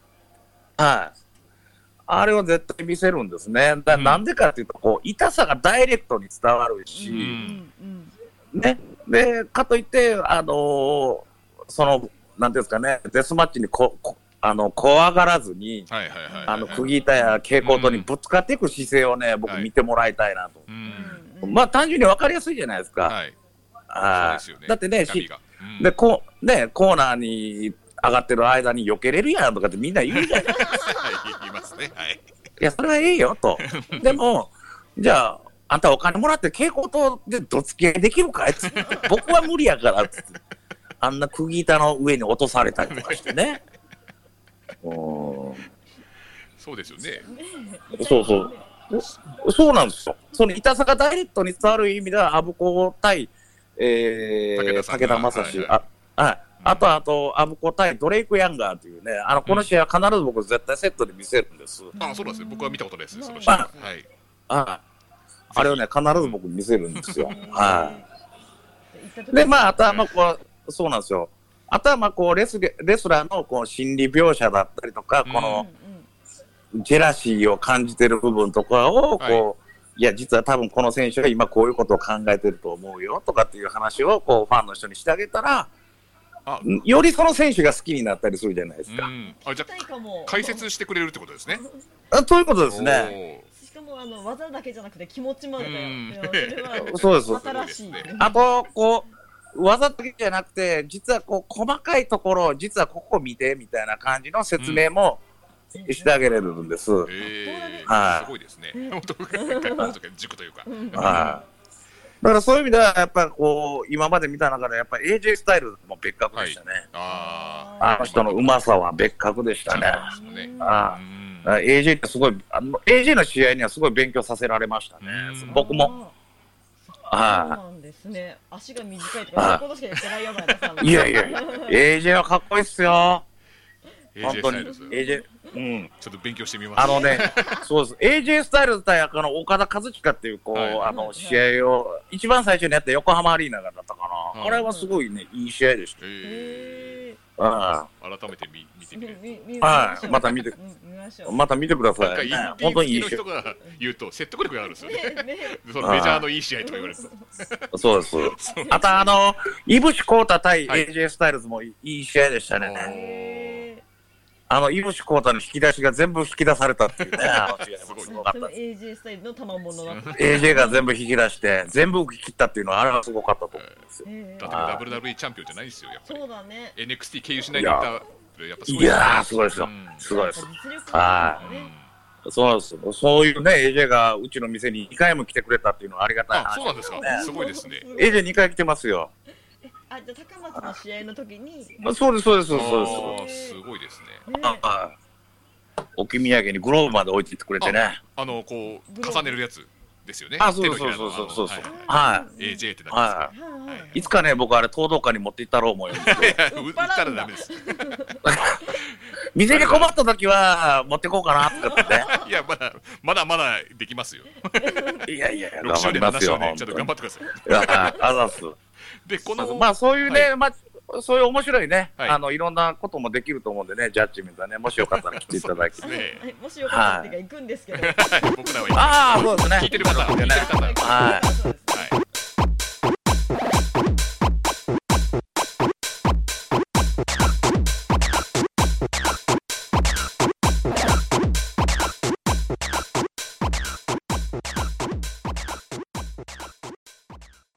[SPEAKER 1] あれを絶対見せるんですね。だ
[SPEAKER 2] うん
[SPEAKER 1] なんでかっていうと、こう、痛さがダイレクトに伝わるし、
[SPEAKER 3] うんうん
[SPEAKER 1] ね、でかといって、あのーそのなんていうんですかね、デスマッチにここあの怖がらずに、
[SPEAKER 2] はいはいはいはい。
[SPEAKER 1] あの釘板や蛍光灯にぶつかっていく姿勢をね、僕、
[SPEAKER 2] はい
[SPEAKER 1] 見てもらいたいなと。
[SPEAKER 2] う。
[SPEAKER 3] うんんうん。
[SPEAKER 1] まあ単純に分かりやすいじゃないですか。
[SPEAKER 2] はい。そう
[SPEAKER 1] あ
[SPEAKER 2] で
[SPEAKER 1] ー
[SPEAKER 2] すよね。
[SPEAKER 1] だってね、
[SPEAKER 2] 痛み
[SPEAKER 1] し
[SPEAKER 2] が。うん
[SPEAKER 1] でこうねコーナーに上がってる間に避けれるやんとかってみんな言うじゃん。い
[SPEAKER 2] はい、言いますね。はい。
[SPEAKER 1] や、それはええよ
[SPEAKER 2] [LAUGHS]
[SPEAKER 1] と。でも、じゃあ、あんたお金もらって蛍光灯でどつき合いできるかい [LAUGHS] つって僕は無理やからつって。あんな釘板の上に落とされたりとかしてね。うん
[SPEAKER 2] そうですよね。
[SPEAKER 1] そうそう。そうなんですよ。その痛さがダイレクトに伝わる意味では、アブコ対、え
[SPEAKER 2] 武田
[SPEAKER 1] ー、
[SPEAKER 2] さん
[SPEAKER 1] 武田正史、
[SPEAKER 2] は
[SPEAKER 1] あ、はい。あと、あと、アブコ対ドレイク・ヤンガーというね、あの、この試合は必ず僕絶対セットで見せるんです。
[SPEAKER 2] あ、そうなんですね。僕は見たことないですね。その
[SPEAKER 3] まあ
[SPEAKER 2] シーンははい。
[SPEAKER 1] はい。あれをね、必ず僕見せるんですよ。はい。
[SPEAKER 3] い
[SPEAKER 1] で、まあ、あとはまあこう、そうなんですよ。あとはまあこうレスリレスラーのこう心理描写だったりとか、
[SPEAKER 2] うん
[SPEAKER 1] このジェラシーを感じてる部分とかをこう、、
[SPEAKER 2] はい
[SPEAKER 1] や実は多分この選手は今こういうことを考えてると思うよとかっていう話をこうファンの人にしてあげたら
[SPEAKER 2] あ、
[SPEAKER 1] んよりその選手が好きになったりするじゃないです
[SPEAKER 2] う
[SPEAKER 1] か。
[SPEAKER 2] ん。あ、じゃあ、
[SPEAKER 3] かも
[SPEAKER 2] 解説してくれるってことですね。
[SPEAKER 1] あということですね。
[SPEAKER 3] しかもあの技だけじゃなくて気持ちまでだよ
[SPEAKER 2] うん
[SPEAKER 3] いやそれは
[SPEAKER 1] そうです。
[SPEAKER 3] 新しいね
[SPEAKER 1] あと、こう、わざとじゃなくて、実はこう、細かいところを、実はここ見て、みたいな感じの説明もしてあげれるんです。
[SPEAKER 2] おー。え
[SPEAKER 1] は
[SPEAKER 2] ー、
[SPEAKER 1] い
[SPEAKER 2] すごいですね。
[SPEAKER 3] うん
[SPEAKER 2] 本当なんか軸というか。
[SPEAKER 3] うん
[SPEAKER 1] はい。だからそういう意味では、やっぱりこう、今まで見た中で、やっぱ AJ スタイルも別格でしたね。
[SPEAKER 2] あ
[SPEAKER 1] あの人のうまさは別格でしたね。
[SPEAKER 2] あ。そうね。
[SPEAKER 1] あ
[SPEAKER 2] うん
[SPEAKER 1] あ AJ ってすごいあの、AJ の試合にはすごい勉強させられましたね。
[SPEAKER 2] うん
[SPEAKER 1] 僕も。
[SPEAKER 3] あー
[SPEAKER 1] は。
[SPEAKER 3] そうなんですね足が短いとかそういうことしか言ってないようなさんはい
[SPEAKER 1] いやいやいや、AJ はかっこいいっすよ。本当に
[SPEAKER 2] AJ スタイルズ。。
[SPEAKER 1] AJ、うん。
[SPEAKER 2] ちょっと勉強してみます。
[SPEAKER 1] あの [LAUGHS] ね、そうです。AJ スタイルズ対あの岡田和親っていう、こう、
[SPEAKER 2] はい
[SPEAKER 1] あ
[SPEAKER 3] は
[SPEAKER 1] の、
[SPEAKER 3] い
[SPEAKER 1] 試合を、一番最初にやった横浜アリーナだったかな。
[SPEAKER 2] はい
[SPEAKER 1] これはすごいね、いい試合でし
[SPEAKER 3] へ
[SPEAKER 2] え
[SPEAKER 1] た。
[SPEAKER 2] ー改めて見見て
[SPEAKER 3] ー
[SPEAKER 2] みる。
[SPEAKER 3] みみ見
[SPEAKER 1] は
[SPEAKER 3] まし
[SPEAKER 1] い。
[SPEAKER 3] ょう
[SPEAKER 1] また見て、
[SPEAKER 3] うん見ましょう
[SPEAKER 1] また見てくだ
[SPEAKER 2] なん
[SPEAKER 1] さ
[SPEAKER 2] か
[SPEAKER 1] い。
[SPEAKER 2] 一
[SPEAKER 1] ね本
[SPEAKER 2] 品
[SPEAKER 1] 当
[SPEAKER 2] 好
[SPEAKER 1] にいい
[SPEAKER 2] きの
[SPEAKER 1] 試
[SPEAKER 2] 人が言うと説得力があるんですよね。
[SPEAKER 3] ねね
[SPEAKER 2] そのメジャーのいい試合とか言われてた。
[SPEAKER 1] 合。そうです。あと、あの、イブシコータ対
[SPEAKER 2] はい
[SPEAKER 1] AJ スタイルズもいい試合でしたね。
[SPEAKER 3] へ
[SPEAKER 1] あの、イブシコータの引き出しが全部引き出されたって [LAUGHS] いうね。あの試合もすご
[SPEAKER 3] ー
[SPEAKER 1] かっ
[SPEAKER 3] その
[SPEAKER 1] たです
[SPEAKER 3] AJ スタイルの賜物だったへ
[SPEAKER 1] AJ が全部引き出して、全部切ったっていうのは、あれはすごかったと思うんですよ。
[SPEAKER 3] ー
[SPEAKER 2] だって WWE チャンピオンじゃないんですよ、やっぱり
[SPEAKER 3] そ。うだね
[SPEAKER 2] NXT 経由しないでいたやっぱすごい
[SPEAKER 1] いやー、すごいですよ
[SPEAKER 2] うん。
[SPEAKER 1] すごいです。
[SPEAKER 3] 実力があるんだね
[SPEAKER 1] そうなんですよそういうね、AJ がうちの店に2回も来てくれたっていうのはありがたい
[SPEAKER 2] あ、
[SPEAKER 1] 話
[SPEAKER 2] そうなんですか。すごいですね。
[SPEAKER 1] AJ2 回来てますよ。
[SPEAKER 3] [LAUGHS] あ、じゃあ高松の試合の時に、ね、
[SPEAKER 1] あそうです、そうです、
[SPEAKER 2] あ
[SPEAKER 1] そうです。
[SPEAKER 2] ーすごいですね。
[SPEAKER 1] ああ置き土産にグローブまで置いてってくれてね。
[SPEAKER 2] あのこう重ねるやつですよね。
[SPEAKER 1] あ、そう
[SPEAKER 2] 手
[SPEAKER 1] そ
[SPEAKER 2] の
[SPEAKER 1] う
[SPEAKER 2] ひ
[SPEAKER 1] そう
[SPEAKER 2] ら
[SPEAKER 1] そ
[SPEAKER 2] の
[SPEAKER 1] うそうそうそう。
[SPEAKER 2] あのはい
[SPEAKER 1] は
[SPEAKER 2] AJ って
[SPEAKER 1] い。
[SPEAKER 2] な
[SPEAKER 1] は
[SPEAKER 3] はいはい
[SPEAKER 1] い。いつかね、僕あれ、東道館に持って行ったろう思います。
[SPEAKER 2] んですか。い [LAUGHS] や、売ったらダメです。
[SPEAKER 1] 店に困った時は、持ってこうかなとかっ
[SPEAKER 2] [LAUGHS]
[SPEAKER 1] て
[SPEAKER 2] いや、まだまだまだできますよ。
[SPEAKER 1] ね。いやいや、頑
[SPEAKER 2] 6
[SPEAKER 1] 張
[SPEAKER 2] 周
[SPEAKER 1] り
[SPEAKER 2] 年
[SPEAKER 1] ま
[SPEAKER 2] の
[SPEAKER 1] す
[SPEAKER 2] 話
[SPEAKER 1] よ。
[SPEAKER 2] はね
[SPEAKER 1] 本、
[SPEAKER 2] ち
[SPEAKER 1] 当
[SPEAKER 2] ょっと
[SPEAKER 1] に
[SPEAKER 2] 頑張ってください。
[SPEAKER 1] いやはいあざっす。
[SPEAKER 2] で、この
[SPEAKER 1] まあそういうね、
[SPEAKER 2] は
[SPEAKER 1] まあそういう面白いね、
[SPEAKER 2] はい
[SPEAKER 1] あのいろんなこともできると思うんでね、ジャッジメントはね、もしよかったら来ていただき
[SPEAKER 2] そうですね。
[SPEAKER 3] はいもし [LAUGHS] よかったらっていうか行くんですけど。
[SPEAKER 2] [LAUGHS] はい僕らは今
[SPEAKER 1] ああ、そうですね。
[SPEAKER 2] 聞いてる方、聞いてる方。
[SPEAKER 1] はい
[SPEAKER 3] そうですね